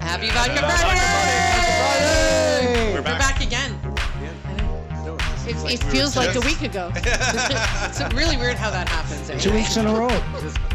Happy Vodka Vodka Friday! Friday! We're We're back. back again. It, it feels like a week ago. it's really weird how that happens. eh? Two Anyway. weeks in a row.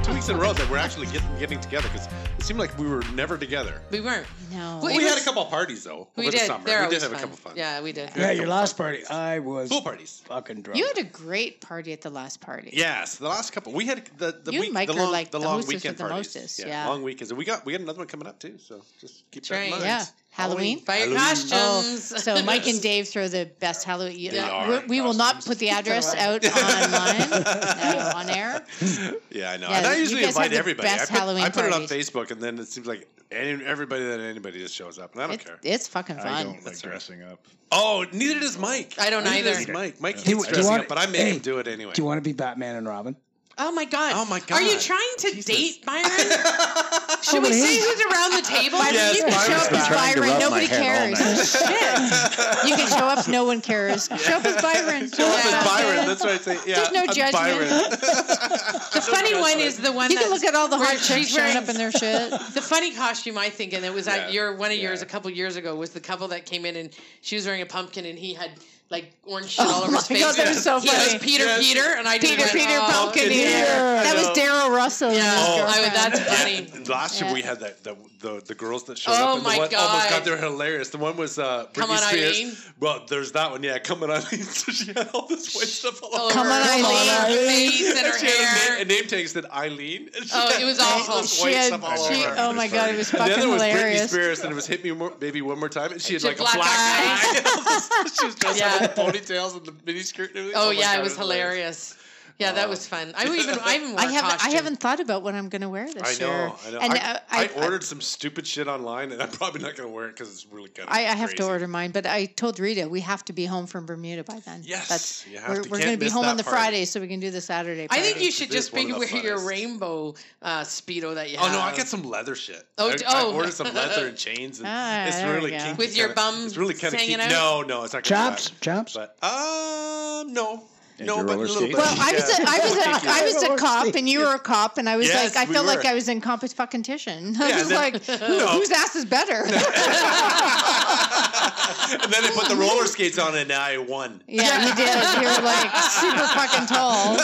Two weeks in a row that we're actually getting, getting together because it seemed like we were never together. We weren't. No. Well, But it we had was- a couple parties though We over the did. summer. They're we always did have fun. a couple fun. Yeah, we did. Yeah, your last party, I was Pool parties. fucking drunk. You had a great party at the last party. Yes, the last couple. We had the the You and week, Mike the are long, like the the long hostess weekend with the parties. mostest, yeah. long weekends, and we got we got another one coming up too. So just keep That's that right, in mind. Yeah. Halloween. Buy your Halloween. costumes. Oh, so Mike and Dave throw the best Halloween. They are We- we will not costumes. put the address out online, uh, on air. Yeah, I know. Yeah, and I you usually guys have invite the everybody. best I put, Halloween I put it on parties. Facebook, and then it seems like any, everybody that anybody just shows up, and I don't It, care. it's fucking I fun. don't like That's all right. dressing up. Oh, neither does Mike. I don't Neither either. does Mike. Mike Do hates you- do you dressing want- up, but I make hey, him do it anyway. Do you want to be Batman and Robin? Oh my god. Oh my Are you God. trying to date Byron? Should Nobody we say is. who's around the table? Yes, you can Byron's show up as back. Trying to Byron. rub my Nobody head all cares. Shit. You can show up. No one cares. Show up as Byron. Show up Yeah. as Byron. That's what I say. Yeah, There's no I'm judgment. Byron. The funny one is the one You that can look at all the where hot chicks she's showing wearing- up in their shit. the funny costume I think, and it was at Yeah. your one of Yeah. yours a couple years ago was the couple that came in and she was wearing a pumpkin and he had like orange shit all over his Oh my face. God, that was so He funny. goes, Peter, Yes. Peter, and I just Peter, went, Peter, "Oh." Pumpkin Peter. Eater. That Yeah. was Daryl Russell. and Yeah, his Oh, I would- girlfriend. that's funny. Yeah, last year Yeah. we had that the, the the girls that showed Oh up and my the one almost God. got there hilarious. The one was uh, Britney Come on, Spears. Eileen. Well, there's that one. Yeah, come on, Eileen. So she had all this white stuff all All over. Come over on, her Eileen. face and her she had a hair. name, a name tag that said Eileen. And she Oh, it had was all awful. this She white had- stuff all she- over her. oh my God, it was And the fucking other was Britney hilarious. Spears, and it was "Hit Me More, Baby One More Time," and she had She like had black a black eye. eye. she was dressed Yeah. up with the ponytails and the miniskirt. And everything. Oh, my yeah, God, it was hilarious. Yeah, that was fun. I even I even wore I a haven't, I costume. haven't thought about what I'm going to wear I this year. know, I know. And I, uh, I ordered some stupid shit online, and I'm probably not going to wear it because it's really kind of. I, I have to crazy. order mine, but I told Rita we have to be home from Bermuda by then. Yes, That's, you have we're to. we're Can't going to be miss home that on the party. Friday, so we can do the Saturday. I Party. think you should It is just be one of the wearing your funnest. rainbow uh, speedo that you Oh have. no, I got some leather shit. Oh, I, d- I oh. ordered some leather and chains, and Ah, it's there really we go. kinky. With your kinda- bum it's really kind of hanging kinky. out? No, no, it's not gonna Chops, be chops. that. But um, no, And no, your but a roller little skates? bit. Well, I was a, I was a, I was a cop and you were a cop and I was Yes, like I we felt were. like I was in competition. I Yeah, was no- like, who, no. whose ass is better? and then I put the roller skates on, and now I won. yeah, you did. You're like super fucking tall.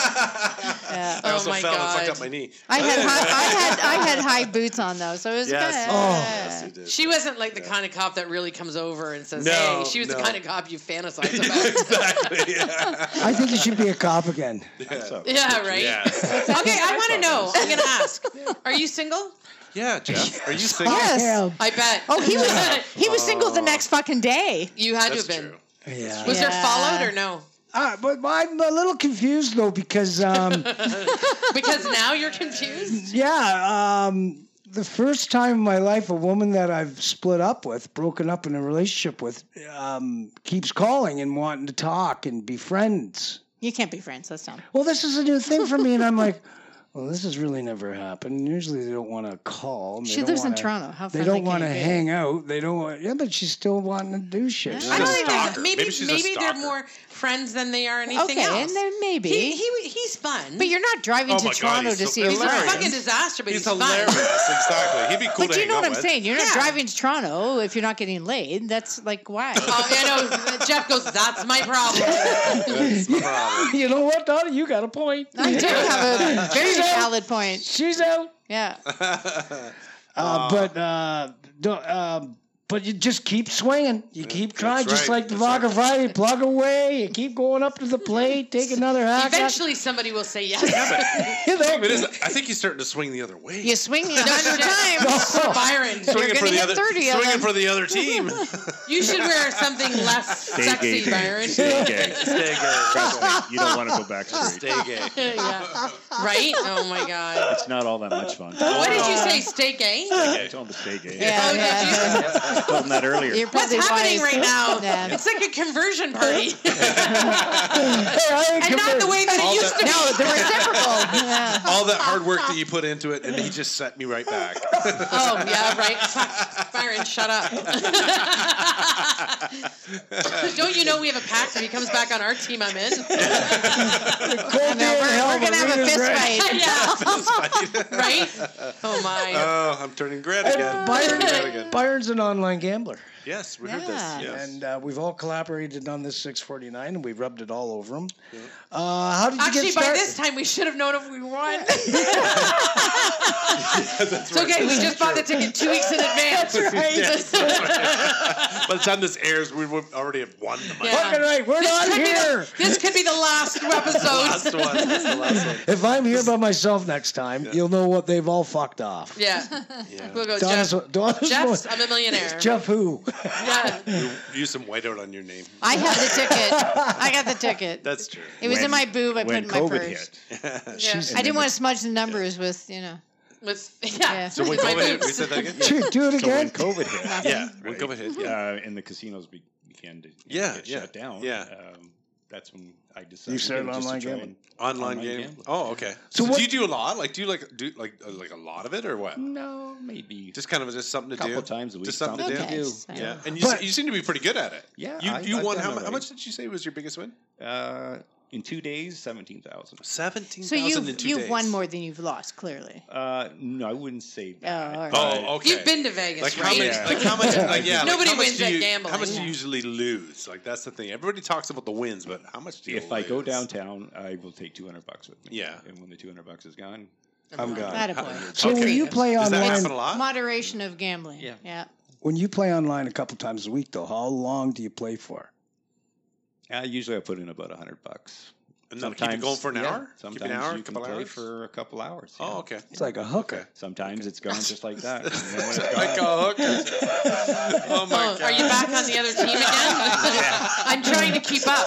Yeah. I also my fell and God. fucked up my knee. I had high, I had I had high boots on though, so it was Yes. good. Oh. Yes, you did. She wasn't like the kind of cop that really comes over and says, No, "Hey." She was the no. kind of cop you fantasize about. exactly. Yeah. I think you should be a cop again. Yeah. yeah, right. Yeah. Okay, I want to know. I'm gonna ask. Are you single? Yeah, Jeff. Are you single? Yes. Hell, I bet. Oh, he was he was single the next fucking day. You had That's to have been. true. yeah. Was there Yeah. followed or no? Uh, but I'm a little confused though because um, Because now you're confused. yeah, um, the first time in my life a woman that I've split up with, broken up in a relationship with, um, keeps calling and wanting to talk and be friends. You can't be friends. That's dumb. Well, this is a new thing for me, and I'm like, well, this has really never happened. Usually they don't want to call. and they She don't lives in wanna- Toronto. How They friendly don't want to can you be? hang out. They don't want. Yeah, but she's still wanting to do shit. Yeah. I don't a think there's, stalker. maybe Maybe she's a maybe they're stalker. more friends than they are anything okay, else. and then maybe. he, he he's fun. but you're not driving Oh to my God, Toronto he's to so- see a he's he's a friend. fucking disaster. But he's, fun. He's hilarious. exactly. He'd be cool but to you hang know out what I'm with. saying? You're not Yeah. driving to Toronto if you're not getting laid. That's like why. Oh, yeah, no. Jeff goes. That's my problem. That's my problem. You know what, Donna? You got a point. I do have a very She's out. valid point. She's out. Yeah. Uh, Oh, but uh, don't, um but you just keep swinging. You keep trying, that's just right, like the that's Vodka right. Friday. Plug away. You keep going up to the plate. Take another hack. at- Eventually, somebody will say yes. There- It is. I think he's starting to swing the other way. You swing it a hundred shit. times. Byron, You're swinging for gonna the hit other, 30 of swinging them. for the other team. you should wear something less Stay gay, sexy, Dan. Byron. Stay gay. Stay gay. Trust me, you don't want to go back straight. Stay gay. yeah. Right? Oh my god. It's not all that much fun. What did you say? Stay gay? I told him to stay gay. Yeah, Oh, yeah. did you? I told him that earlier. You're What's probably happening wise. right now? Yeah. It's like a conversion party, Hey, I ain't and not the convinced. way that All it used to be. No, the reciprocal. Yeah. All that hard work that you put into it, and he just set me right back. Oh yeah, right. Fuck. Byron, shut up. Don't you know we have a pact? If he comes back on our team, I'm in. Cold beer No, and we're, we're Helmet, gonna have a we're fist gonna- yeah. fight. Fist fight. Right? Oh my. oh, I'm turning red again. And Red Byron, again. Byron's an online gambler. Yes, we heard Yeah. this. Yes. And uh, we've all collaborated on this 649 and we rubbed it all over him. Uh, how did you Actually, get by started? this time, we should have known if we won. it's okay. We just bought the ticket two weeks in advance. Yes. By the time this airs, we would already have won the money. Yeah. Fucking right, we're This not could, be here. the, this could be the last Last episode. one. That's the last one. If I'm here by myself next time, you'll know what they've all fucked off. yeah. We'll go, Donna's, Jeff. Donna's Jeff's, one- I'm a millionaire. Jeff who? Yeah. Use some whiteout on your name. I have the ticket. I got the ticket. That's true. it was in When- my boob. I put when it in my COVID purse. hit. yeah. I didn't want to smudge the numbers with you know. With, yeah. Yeah. So when with my COVID hit, we boobs. said that again? Do it So when again. COVID hit, Yeah, when Right. COVID hit, yeah. uh, and the casinos be- began to Yeah, get yeah, shut down. yeah. um, that's when I decided. You started to just online try gambling. Online, Online game. gambling. Oh, okay. So, So what- do you do a lot? Like, do you like do like uh, like a lot of it or what? and- No, maybe Just kind of just something to Mm. do. Couple times a week, Just something to something do. to do. Yeah. Yeah. And you, se- But- you seem to be pretty good at it. Yeah, You I- you I've won done how, mu- all how right. much did you say was your biggest win? uh, in two days, seventeen thousand. Seventeen So thousand in you've two you've days. won more than you've lost, clearly. Uh, no, I wouldn't say that. all right. but- Oh, okay. You've been to Vegas, like how right? much? Yeah. Like how much? Like yeah. like, Nobody how much wins do at you- gambling. How much do Yeah. you usually lose? Like that's the thing. Everybody talks about the wins, but how much do you? If I go lose? downtown, I will take two hundred bucks with me. Yeah. and when the two hundred bucks is gone, I'm gone. Not a boy. So when Oh, Okay. you play does that online, happen a lot? Moderation of gambling. Yeah. Yeah. when you play online a couple times a week, though, how long do you play for? uh, usually I put in about hundred bucks. and then keep it going for an yeah, hour. Sometimes keep it an hour, you can couple play hours. for a couple hours. yeah. oh, okay. It's like a hooker. Sometimes it's gone just like that. and then when it's Like gone- a hooker. Oh my Oh, god. are you back on the other team again? I'm trying to keep up.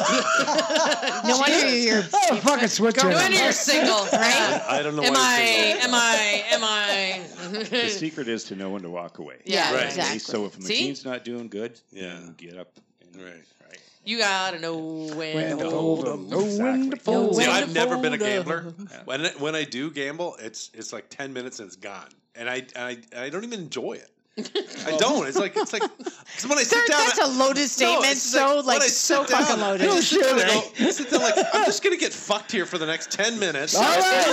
No wonder you're. Oh, fucking switcher. No wonder you're single, right? I don't know Am why. I? I'm single. Am I? Am I? the secret is to know when to walk away. Yeah. Right. Exactly. So if a See? machine's not doing good, Yeah. then get up. And, Right. Right. you gotta know when. When to to hold hold 'em, 'em. know when to Exactly. fold See, Way 'em. to I've never been a fold up. gambler. When when I do gamble, it's it's like ten minutes and it's gone, and I and I, I don't even enjoy it. I don't. It's like it's like because when I sit Sir, down, that's I- a loaded statement. No, it's just so when like I so sit down, fucking loaded. I sit down and go- I sit there like I'm just gonna get fucked here for the next ten minutes. All Here's right,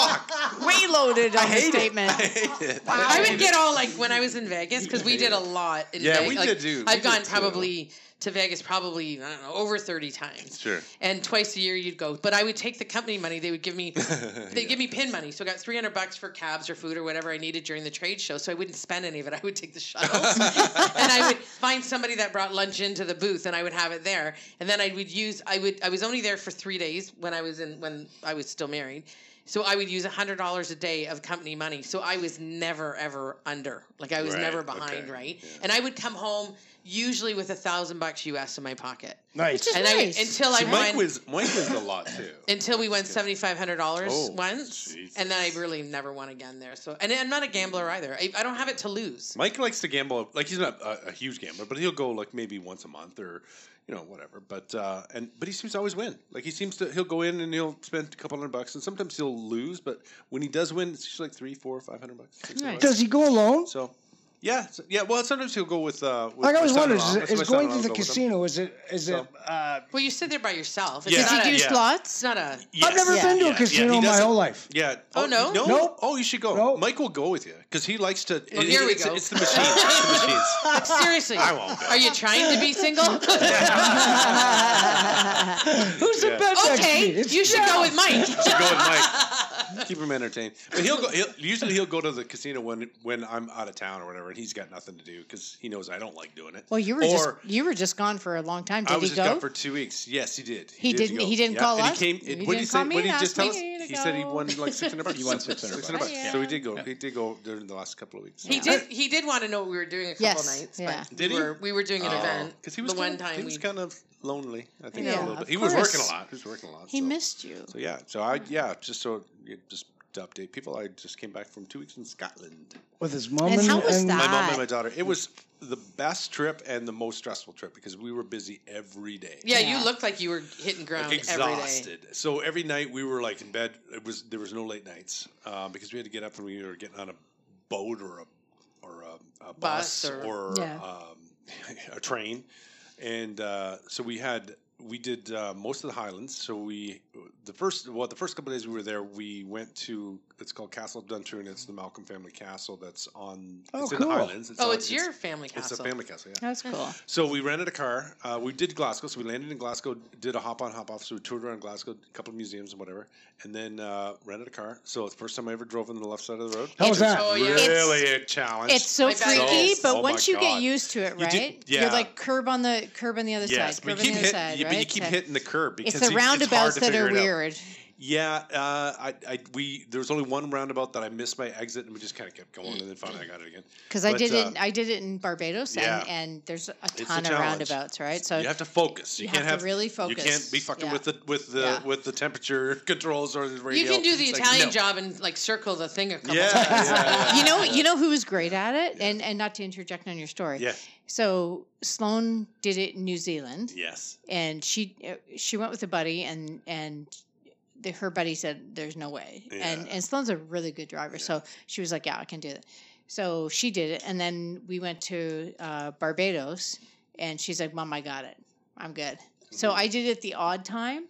all the money. way loaded on the statement. I hate it. I would get all like when I was in Vegas because we did a lot. In Yeah, Vegas. we Like, did do- we I've gone did too. probably to Vegas probably I don't know over thirty times. Sure. And twice a year you'd go, but I would take the company money. They would give me they would give me pin money, so I got three hundred bucks for cabs or food or whatever I needed during the trade show. So I wouldn't spend any of it. I would take the shuttles and I would find somebody that brought lunch into the booth and I would have it there. And then I would use I would I was only there for three days when I was in when I was still married. So I would use hundred dollars a day of company money. So I was never ever under. Like I was Right, never behind, okay, right? yeah. And I would come home usually with a thousand bucks US in my pocket. Nice. And Nice. I until I See, Mike won wins. Mike wins a lot too. until we won seventy five hundred dollars Oh, once, Jesus. Mm. and then I really never won again there. So, and I'm not a gambler either. I, I don't have it to lose. Mike likes to gamble. Like he's not a, a huge gambler, but he'll go like maybe once a month or, you know, whatever. But uh, and but he seems to always win. Like he seems to he'll go in and he'll spend a couple hundred bucks, and sometimes he'll lose. But when he does win, it's usually like three, four, five hundred bucks. six hundred Nice. bucks. Does he go alone? So, yeah, so- yeah. Well, sometimes he'll go with. Uh, with Like I always my wondered, son-in-law. is, That's my is going to son-in-law will go the with him. casino, is it, is it, So- uh, Well, you sit there by yourself. It's Yeah. Does not he a, yeah. do It's slots? not a. Yes. I've never Yeah. been to Yeah, a yeah, casino he my doesn't- whole life. Yeah. Oh, no? No. Nope. Oh, you should go. Nope. Mike will go with you because he likes to. it- here we it's, go. It's the machines. It's the machines. Seriously, I won't go. Are you trying to be single? Who's the best next to me? okay, It's you should go with Mike. Go with Mike. Keep him entertained. But he'll go. He'll, usually he'll go to the casino when when I'm out of town or whatever, and he's got nothing to do because he knows I don't like doing it. Well, you were or just you were just gone for a long time. Did I was he just go? gone for two weeks. Yes, he did. He didn't- go. he didn't call and us? He came. He It, what did he didn't say? call What me did he and just ask tell me us? to He said he go. won like six hundred bucks. He won 600 bucks. bucks, So yeah. he did go. He did go during the last couple of weeks. He did. He did want to know what we were doing a couple Yes, nights. yeah. But Did we he? Were, we were doing Oh, an event because he was the one kind of- time he was we. kind of lonely. I think Yeah, a little of bit. He was working a course. lot. He was working a lot. he so. missed you. So yeah, so I yeah, just so you- just to update people, I just came back from two weeks in Scotland. With his mom And and, how was and- that? My mom Ah. and my daughter. It was the best trip and the most stressful trip because we were busy every day. yeah, Yeah. you looked like you were hitting ground Like every day. exhausted. So every night we were like in uh, bed. It was there was no late nights um, because we had to get up and we were getting on a boat or a a Bus bus, or- or, Yeah. um, a train, and uh, so we had we did uh, most of the Highlands. So we the first well the first couple of days we were there, we went to it's called Castle Duntoon. It's the Malcolm family castle that's on Oh, it's in cool. the Highlands. Oh, on- it's, your family It's castle. a family castle, yeah. That's cool. So we rented a car. Uh, we did Glasgow. So we landed in Glasgow, did a hop on, hop off. So we toured around Glasgow, a couple of museums and whatever, and then uh, rented a car. So it's the first time I ever drove on the left side of the road. How was It's- that? Oh, yeah. Really a challenge. It's so I bet it freaky, is. but Oh my once you God. get used to it, You do- right? yeah. You're like curb on the curb on the other yes, side, but curb you on keep the other hitting, side, you, right? but you keep Okay. hitting the curb because It's the you- hard roundabouts to that figure are it out. weird. Yeah, uh, I, I, we there was only one roundabout that I missed my exit, and we just kind of kept going, and then finally I got it again. Because I But, did uh, it, I did it in Barbados, yeah. and, and there's a a ton of challenge. roundabouts, right? So you have to focus. You, you can't have to have really You focus. can't be fucking Yeah. with the with the Yeah. with the temperature controls or the radio. You can do the It's like, Italian no. job and like circle the thing a couple Yeah, times. yeah, you know, you know who was great at it, and and not to interject on your story. Yeah. So Sloan did it in New Zealand, Yes. and she uh, she went with a buddy, and and the, her buddy said, "There's no way." And Yeah. and Sloan's a really good driver, so she was like, "Yeah, I can do that." So she did it, and then we went to uh, Barbados, and she's like, "Mom, I got it. I'm good." So Mm-hmm. I did it the odd time,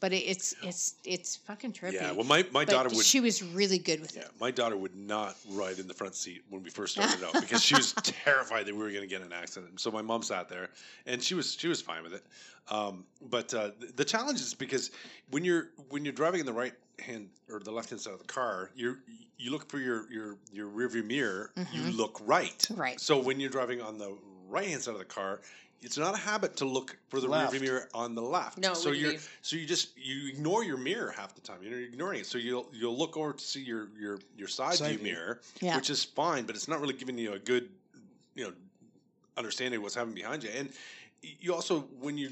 but it, it's it's it's fucking trippy. Yeah. Well, my, my but daughter would. she was really good with it. yeah, my daughter would not ride in the front seat when we first started out because she was terrified that we were going to get in an accident. So my mom sat there, and she was she was fine with it. Um, but uh, the, the challenge is because when you're when you're driving in the right hand or the left hand side of the car, you you look for your your your rearview mirror. You Mhm. look right. Right. So when you're driving on the right hand side of the car, it's not a habit to look for the Left. rearview mirror on the left. No, it so wouldn't you're be. so you just you ignore your mirror half the time. You know, you're ignoring it. So you'll you'll look over to see your your your side, Side view, view. mirror, Yeah. which is fine, but it's not really giving you a good you know understanding of what's happening behind you. And you also when you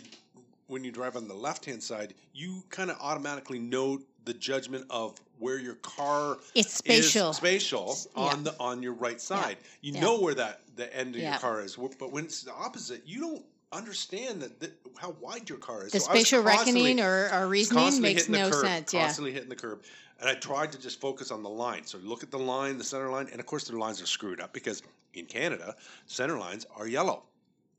when you drive on the left hand side, you kind of automatically know the judgment of where your car It's spatial. is spatial on the on your right side. You Yeah. know where that the end of your Yeah. car is, wh- but when it's the opposite, you don't understand that, that how wide your car is. the So I was spatial constantly- reckoning or, or reasoning constantly makes hitting the no curb, sense. Yeah. Constantly hitting the curb, and I tried to just focus on the line. So look at the line, the center line, and of course their lines are screwed up because in Canada, center lines are yellow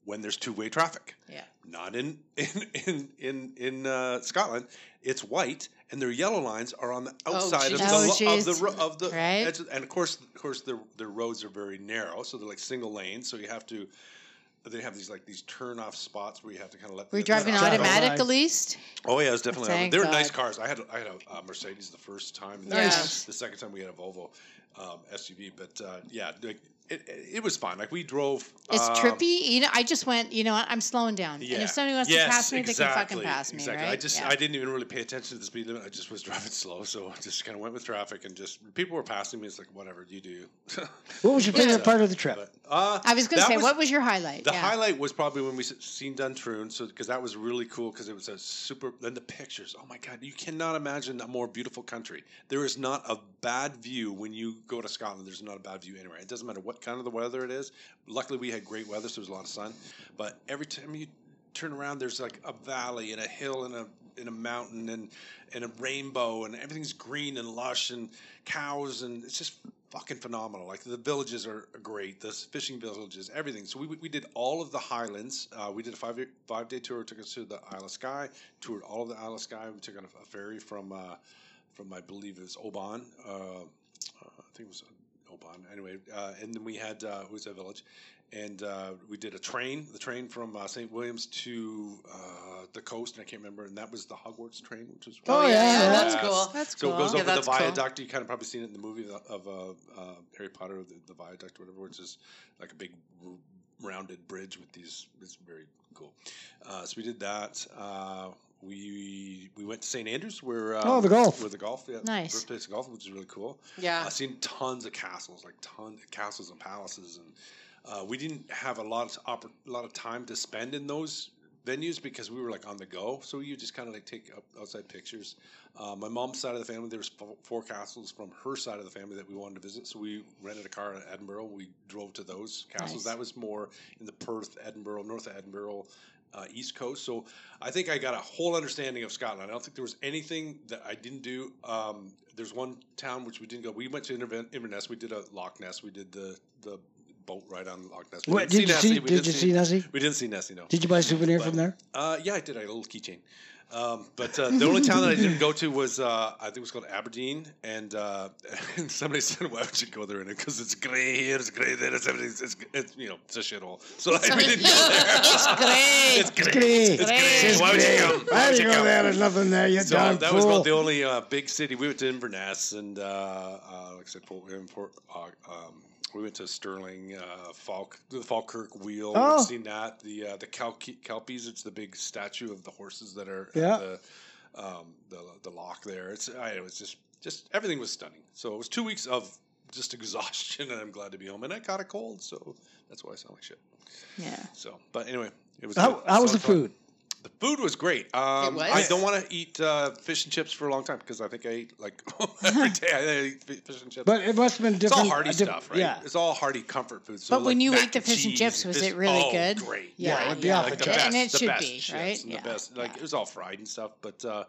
when there's two way traffic. Yeah. Not in in in in, in uh, Scotland, it's white, and their yellow lines are on the Oh, outside of, jeez. the, Oh, lo- of the jeez. ro- of the Right. edge of- and of course of course their their roads are very narrow, so they're like single lanes. So you have to. They have these like these turn off spots where you have to kind of let. Were you the- let driving off- Traffic automatic light. at least? Oh yeah, it was definitely. Thank they were nice God. cars. I had I had a, uh Mercedes the first time. and Nice. The second time we had a Volvo um, SUV, but uh, yeah, like, it, it it was fun. Like we drove. It's um, trippy. You know, I just went, you know what, I'm slowing down. Yeah. And if somebody wants Yes, to pass me, they can fucking exactly, pass me, exactly. right? I just Yeah. I didn't even really pay attention to the speed limit. I just was driving slow, so I just kind of went with traffic and just people were passing me. It's like whatever you do. What was your favorite part of the trip? but, uh, I was going to that say, what was your highlight? The yeah. highlight was probably when we s- seen Duntroon, so because that was really cool because it was a super. And the pictures, oh my god, you cannot imagine a more beautiful country. There is not a bad view when you go to Scotland. There's not a bad view anywhere. It doesn't matter what kind of the weather it is. Luckily, we had great weather, so there was a lot of sun. But every time you turn around, there's like a valley and a hill and a and a mountain and and a rainbow and everything's green and lush and cows and it's just fucking phenomenal. Like the villages are great, the fishing villages, everything. So we, we did all of the highlands. Uh, we did a five five day tour. Took us to the Isle of Skye. Toured all of the Isle of Skye. We took on a, a ferry from uh, from I believe it was Oban. Uh, uh, I think it was Oban. Anyway, uh, and then we had uh, it was a village. And uh, we did a train, the train from uh, St. Williams to uh, the coast, and I can't remember. And that was the Hogwarts train, which was Oh, yeah, yeah, yeah. that's Yeah. cool. That's so cool. it goes Yeah, over the that's cool. viaduct. You kind of probably seen it in the movie of, of uh, uh, Harry Potter, the, the viaduct, or whatever, which is like a big r- rounded bridge with these. It's very cool. Uh, so we did that. Uh, we we went to St Andrews where uh, Oh, the golf. where the golf yeah, Nice. first place of golf, which is really cool. Yeah. I've seen tons of castles, like tons of castles and palaces, and uh, we didn't have a lot of oppor- a lot of time to spend in those venues because we were like on the go. So you just kind of like take up outside pictures. Uh, my mom's side of the family, there was fo- four castles from her side of the family that we wanted to visit. So we rented a car in Edinburgh. We drove to those castles. Nice. That was more in the Perth, Edinburgh, north of Edinburgh. Uh, East Coast, so I think I got a whole understanding of Scotland. I don't think there was anything that I didn't do. Um, there's one town which we didn't go. We went to Inver- Inverness. We did a Loch Ness. We did the the boat ride on Loch Ness. We What, did you Nessie, see? we Did you see Nessie? We didn't see Nessie. No. Did you buy a souvenir But- from there? Uh, yeah, I did. I had a little keychain. Um, but uh, the only town that I didn't go to was uh, I think it was called Aberdeen, and, uh, and somebody said, "Why would you go there?" Because it's grey here, it's grey there, it's everything. It's, it's, it's you know, it's a shithole. So I we didn't go there. It's great. It's grey. Great. It's grey. It's Why would you come? How Why would do you you go come? there? There's nothing there. You So dumb that fool. was about the only uh, big city. We went to Inverness and, uh, uh, like I said, Port, William, Port uh, um, we went to Sterling, uh, Falk, the Falkirk Wheel. Oh. We've seen that. The uh, the Calpe- Calpes, it's the big statue of the horses that are Yeah. at the, um, the the lock there. It's I, it was just just everything was stunning. So it was two weeks of just exhaustion, and I'm glad to be home. And I caught a cold, so that's why I sound like shit. Yeah. So, but anyway, it was. How, good. how was So the fun. food? The food was great. Um, was? I don't want to eat uh, fish and chips for a long time because I think I ate like every day. I ate fi- fish and chips. But it must have been it's different. all hearty a diff- stuff, right? Yeah. It's all hearty comfort food. So But when like you mac ate the fish and cheese, chips, was fish- it really oh, good? Great. Yeah, Yeah, it'd be off Like the Yeah. best, and it the should best be chips right. and the best. Like it was all fried and stuff. But uh,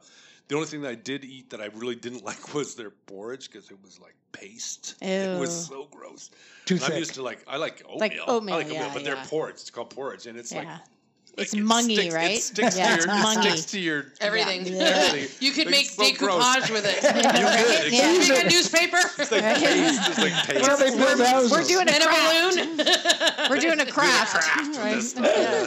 the only thing that I did eat that I really didn't like was their porridge because it was like paste. It Ew. was so gross. Too And I'm thick. used to like I like oatmeal. Like oatmeal, I like oatmeal, yeah, but yeah. their porridge. It's called porridge, and it's like Yeah. like, It's it mungy, sticks- right? It sticks Yeah, to it's your, mungy. it sticks to your Everything. Yeah. Everything. You could Like, make it's so gross. decoupage with it. could, Can you Yeah. make a newspaper? It's like Right? paste. It's like paste. Well, they build houses. We're doing a and a craft. balloon. We're doing a craft. craft and right? this- Yeah.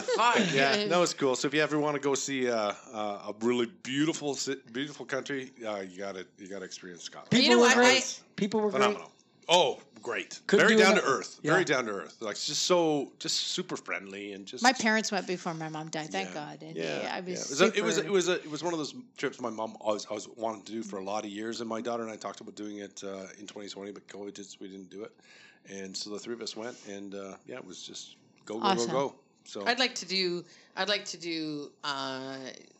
Fuck. yeah, that was cool. So if you ever want to go see uh, uh, a really beautiful, ci- beautiful country, uh, you gotta you gotta experience Scotland. People You know what, were great. I- People were great. Phenomenal. Oh, great! Couldn't Very do down to enough. earth. Very Yeah. down to earth. Like just so, just super friendly and just My parents went before my mom died. Thank God. And yeah, yeah. I was. It was, a, it was super- it was a, it was one of those trips my mom always always wanted to do for a lot of years, and my daughter and I talked about doing it uh, in 2020, but COVID just we didn't do it, and so the three of us went, and uh, yeah, it was just go go Awesome. go go. So I'd like to do. I'd like to do uh,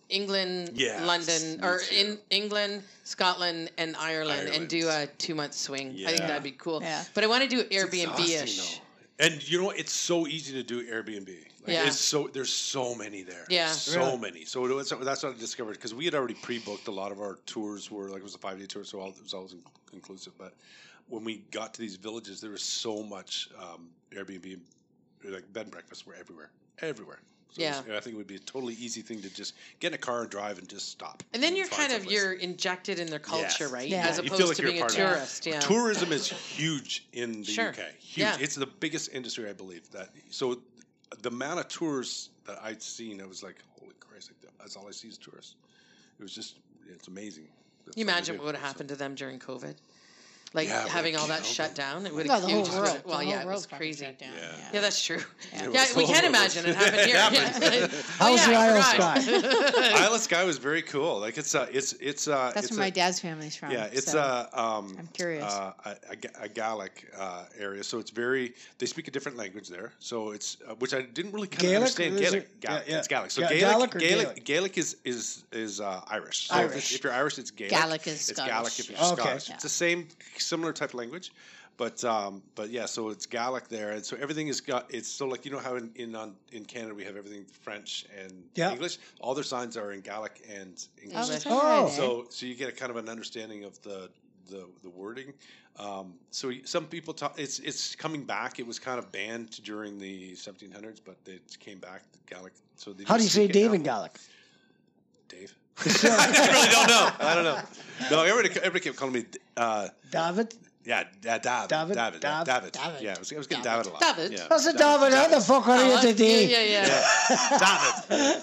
England, Yes, London, me or too. in England, Scotland, and Ireland, and Ireland. do a two month swing. I think Yeah. that'd be cool. Yeah. But I want to do It's Airbnb ish. exhausting, though. And you know what? it's so easy to do Airbnb. Like, Yeah. It's so there's so many there. Yeah. So Really? many. So it was, that's what I discovered because we had already pre-booked a lot of our tours. Were like it was a five day tour, so all, it was always in- inclusive. But when we got to these villages, there was so much um, Airbnb, like bed and breakfasts were everywhere, everywhere. So it was- I think it would be a totally easy thing to just get in a car and drive and just stop. And then you're find kind of someplace. you're injected in their culture, Yes. right? Yeah. As You feel opposed like to you're being a a part of it. tourist. Yeah. Tourism is huge in the Sure. UK. Huge. Yeah. It's the biggest industry, I believe. That so the amount of tourists that I'd seen, I was like, holy Christ! Like, that's all I see is tourists. It was just, it's amazing. That's Can you all they imagine do. what would have So- happened to them during COVID? Like Yeah, having all that like, you know, shut down. It would No, have the whole world. Well, the yeah, whole it world was fucking crazy. shut down. Yeah. Yeah, that's true. It Yeah, was we so can horrible. imagine it happened here. Yeah, Yeah. How was yeah, the I Isle of forgot. Skye? Isle of Skye was very cool. Like it's a, it's it's uh, That's it's where my a- dad's family's from. Yeah, it's so. a um, I'm curious. uh, a, a Ga- a Gaelic uh, area, so it's very they speak a different language there. So it's uh, which I didn't really kind Gaelic? of understand. Is it- Gaelic, Gaelic, yeah, yeah. it's Gaelic. So Ga- Gaelic, Gaelic Gaelic, or Gaelic, Gaelic? is is is uh, Irish. So If, Irish. it's- if you're Irish, it's Gaelic. Gaelic is it's Scottish, Gaelic if you're yeah. Okay. Scottish. Yeah. It's the same similar type of language. But um, but yeah, so it's Gaelic there, and so everything is got. It's so like you know how in in, on, in Canada we have everything French and Yeah. English. All their signs are in Gaelic and English. Oh, that's Oh, what I did. So so you get a kind of an understanding of the the, the wording. Um, so y- some people talk. It's it's coming back. It was kind of banned during the 1700s, but it came back. The Gaelic. So they How do you just say speak it Dave in now. Gaelic? Dave. I really don't know. I don't know. No, everybody, everybody kept calling me. Uh, David? yeah, da- David. David, David. David. Dav- David. David. Yeah, I was, I was getting David. David, a lot. David. Yeah. That's a David. How the fuck are you Oh, Yeah, today? yeah, yeah. David.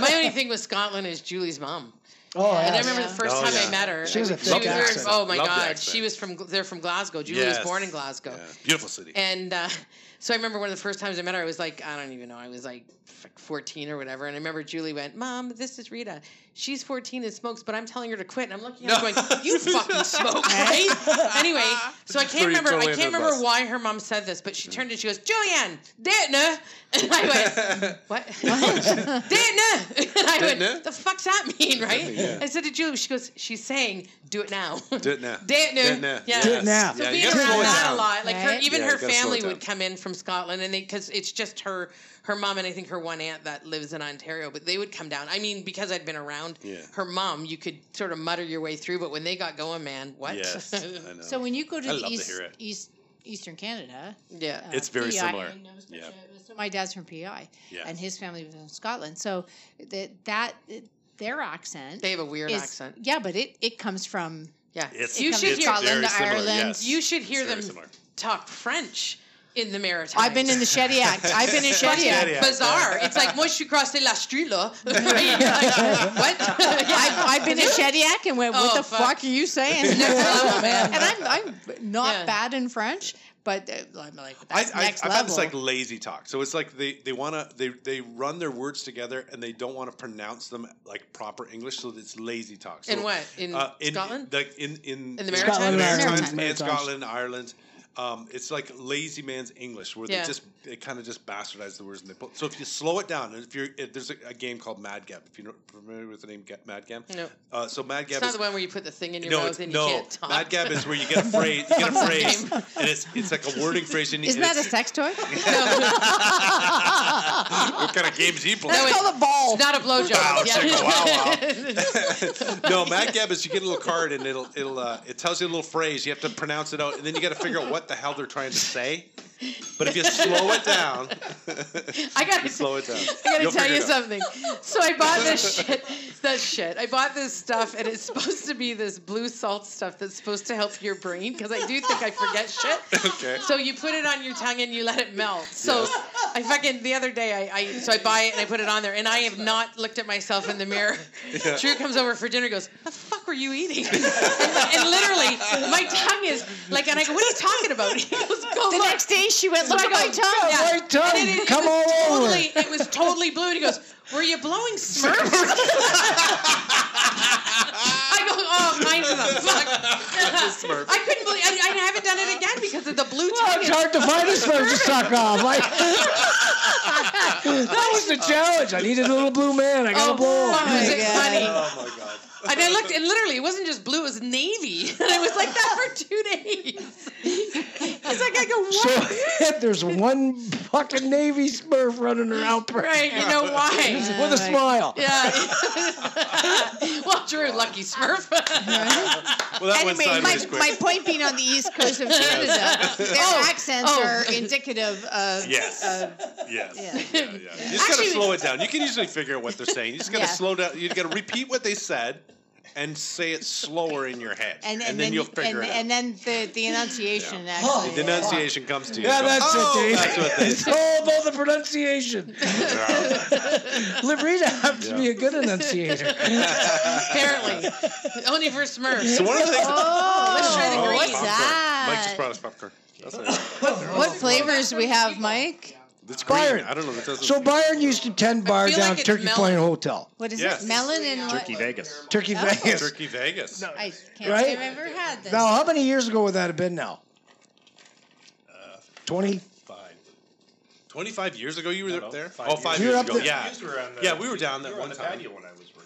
My only thing with Scotland is Julie's mom. Oh, yeah. And I remember the first Oh, time I yeah. met her. She was a we thick were- accent. Oh my Loved the God, accent. she was from. They're from Glasgow. Julie Yes. was born in Glasgow. Yeah. Beautiful city. And uh, so I remember one of the first times I met her, I was like, I don't even know, I was like f- 14 or whatever. And I remember Julie went, Mom, this is Rita. She's 14 and smokes, but I'm telling her to quit. And I'm looking at her going, You fucking smoke, Eh? right? anyway, so I can't Throw you remember. totally I under can't the remember bus. why her mom said this, but she turned and she goes, Julianne, Dana. And I went, What? Dana. And I Dana? went, The fuck's that mean, right? Yeah. I said to Julie, she goes, She's saying, Do it now. Do it now. Dana. Yeah. Do it now. So Yeah, you being gotta around slow it that a down. lot, like her, Right? even Yeah, her you gotta slow it family down. would come in from Scotland, and they because it's just her, her mom, and I think her one aunt that lives in Ontario, but they would come down. I mean, because I'd been around Yeah. her mom, you could sort of mutter your way through, but when they got going, man, what? Yes. I know. So when you go to I the love to east, hear it. east Eastern Canada. Yeah. uh, It's very PEI, similar. and Nova Scotia. Yeah. So my dad's from PI, Yeah. and his family was in Scotland. So that that their accent They have a weird is- accent. Yeah, but it it comes from Yeah. It's, you comes should it's hear Scotland very to similar, Ireland. yes. you should It's hear very them similar. talk French in the Maritimes. I've been in the Shediac. I've been in Shediac. Shediac. Shediac, Bizarre. yeah. It's like moi je suis crossé la strue là. what? I've, I've been in Shediac and went, what Oh, the fuck. fuck. Oh, are you saying? Next level, man. And I'm, I'm not Yeah. bad in French, but uh, I'm like, I, that's I, next I found level. this like lazy talk. So it's like they, they wanna they, they run their words together and they don't want to pronounce them like proper English, so it's lazy talk. So, in what? In uh, Scotland? Like in in, In the Scotland, Maritimes? Ireland, Maritimes. and Maritimes. Scotland, Ireland. Um, it's like lazy man's English, where Yeah. they just they kind of just bastardize the words and they put. So if you slow it down, and if you're if there's a, a game called Mad Gap, if you're not familiar with the name Ga- Mad Gap, No. Uh, so Mad Gab It's not is the one where you put the thing in your no, mouth it's, and you no. can't talk. Mad Gab is where you get a phrase, you get a phrase, Same. and it's it's like a wording phrase. And and Isn't that a sex toy? it's- what kind of games do you play? No, That's it- called a ball. It's not a blowjob. Wow, Yeah. no, Mad Gab is you get a little card and it'll it'll uh, it tells you a little phrase. You have to pronounce it out, and then you got to figure out what the hell they're trying to say. But if you slow it down, I gotta you slow it down. I gotta You'll tell figure you it out. something. So I bought this shit. That shit. I bought this stuff, and it's supposed to be this blue salt stuff that's supposed to help your brain because I do think I forget shit. Okay. So you put it on your tongue and you let it melt. So I fucking the other day I, I so I buy it and I put it on there and I have not looked at myself in the mirror. Drew comes over for dinner and goes, The fuck were you eating? and, and literally my tongue is like and I go, What are you talking about? He goes, Go The look." next day she went, look So at my tongue. "Yeah." my tongue, And it- it come was all over. totally, It was totally blue. And he goes, Were you blowing smurfs? I go, Oh, mine's the fuck. I couldn't believe I, I haven't done it again because of the blue Well, tongue. it's hard to find a sperm to suck off. I, that was the challenge. I needed a little blue man. I got Oh, a blow. fuck, was my it God. funny? Oh my god. And I looked, and literally, it wasn't just blue; it was navy, and I was like that for two days. I was like, I go, what? So there's one fucking Navy Smurf running around right? You know why? with a smile. Yeah. well, Drew, lucky Smurf. Well, that went Anyway, my, sideways quick. my point being on the east coast of Canada, their accents oh. are indicative of. Yes. of- Yes. Yeah. Yeah, yeah. You just Actually- gotta slow it down. You can usually figure out what they're saying. You just gotta Yeah. slow down. You gotta repeat what they said, and say it slower in your head, and, and, then, you'll and, figure it out. and then the, the enunciation the actually. denunciation comes to you. Yeah, You go, that's "Oh, it, Dave. That's what they it's all about the pronunciation. Librita happens to be a good enunciator. Apparently, only for Smurfs. So one of the things. Oh, Let's try the Oh, green. popcorn. that? Mike just brought us popcorn. That's all right. What Oh. flavors we have, Mike? It's green. Byron. I don't know. It doesn't. So Byron used to ten bar feel down like it's Turkey melon. Plain Hotel, What is Yes. it? Melon and what? Turkey Vegas. Turkey Oh. Vegas. Turkey Vegas. I can't Right? say I've ever had this. Now, how many years ago would that have been? Now, twenty. Five. Twenty-five years ago, you were no, there. five oh, five years. years, You were up ago. there. Yeah. You were on the- yeah, we were down that you were one on the time. patio when I was working.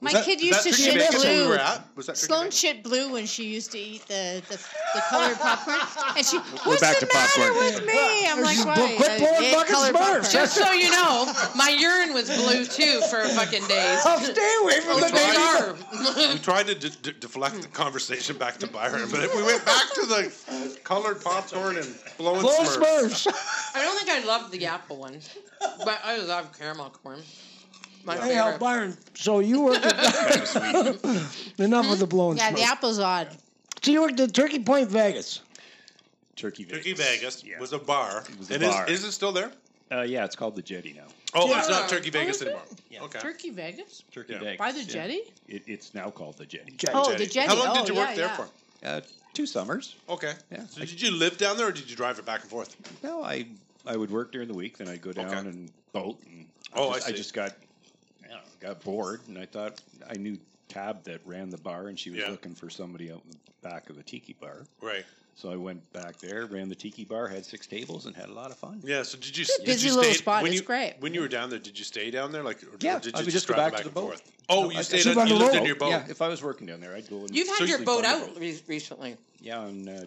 My That- kid is used that to Turkey shit Vegas blue. where we were at? Was that Turkey Sloan Vegas? shit blue when she used to eat the the, the colored popcorn, and she what's back the to matter popcorn." with me? I'm like, Just why? quit blowing Yeah, fucking colored Smurfs. popcorn. Just so you know, my urine was blue too for fucking days. Oh, stay away from the It's Navy. baby. bizarre. We tried to d- d- deflect the conversation back to Byron, but if we went back to the colored popcorn and blowing Blow Smurfs. Smurfs. I don't think I loved the apple one, but I love caramel corn. My Anyhow, favorite. Byron. So you worked at enough with the blowing Yeah, Smurfs. the apple's odd. So you worked at Turkey Point Vegas. Turkey Vegas. Turkey Vegas Yeah. was a bar. was a and is- bar. Is, it still there? Uh, yeah, it's called the Jetty now. Oh, it's Yeah. not Turkey Vegas anymore. Yeah. Okay. Turkey Vegas Turkey Yeah. Vegas. by the yeah. jetty. It, it's now called the Jetty. Jack. Oh, the jetty. How long Oh, did you work yeah, there yeah. for? Uh, two summers. Okay. Yeah. So did you live down there or did you drive it back and forth? No, I I would work during the week, then I'd go down Okay. and boat, and Oh, I I just, see. just got I don't know, got bored, and I thought I knew Tab that ran the bar, and she was Yeah. looking for somebody out in the back of the tiki bar. Right. So I went back there, ran the tiki bar, had six tables, and had a lot of fun. Yeah. So did you? Did busy you little stay- spot, When it's you, great. When you were down there, did you stay down there? Like, or Yeah, did you I would just, just go drive back to it the and boat. forth? Oh, No, you I- I stayed. sleep on, on you the lived boat. in your boat. Yeah, if I was working down there, I'd go. And You've had your usually boat find a out boat. re- recently. Yeah, on uh,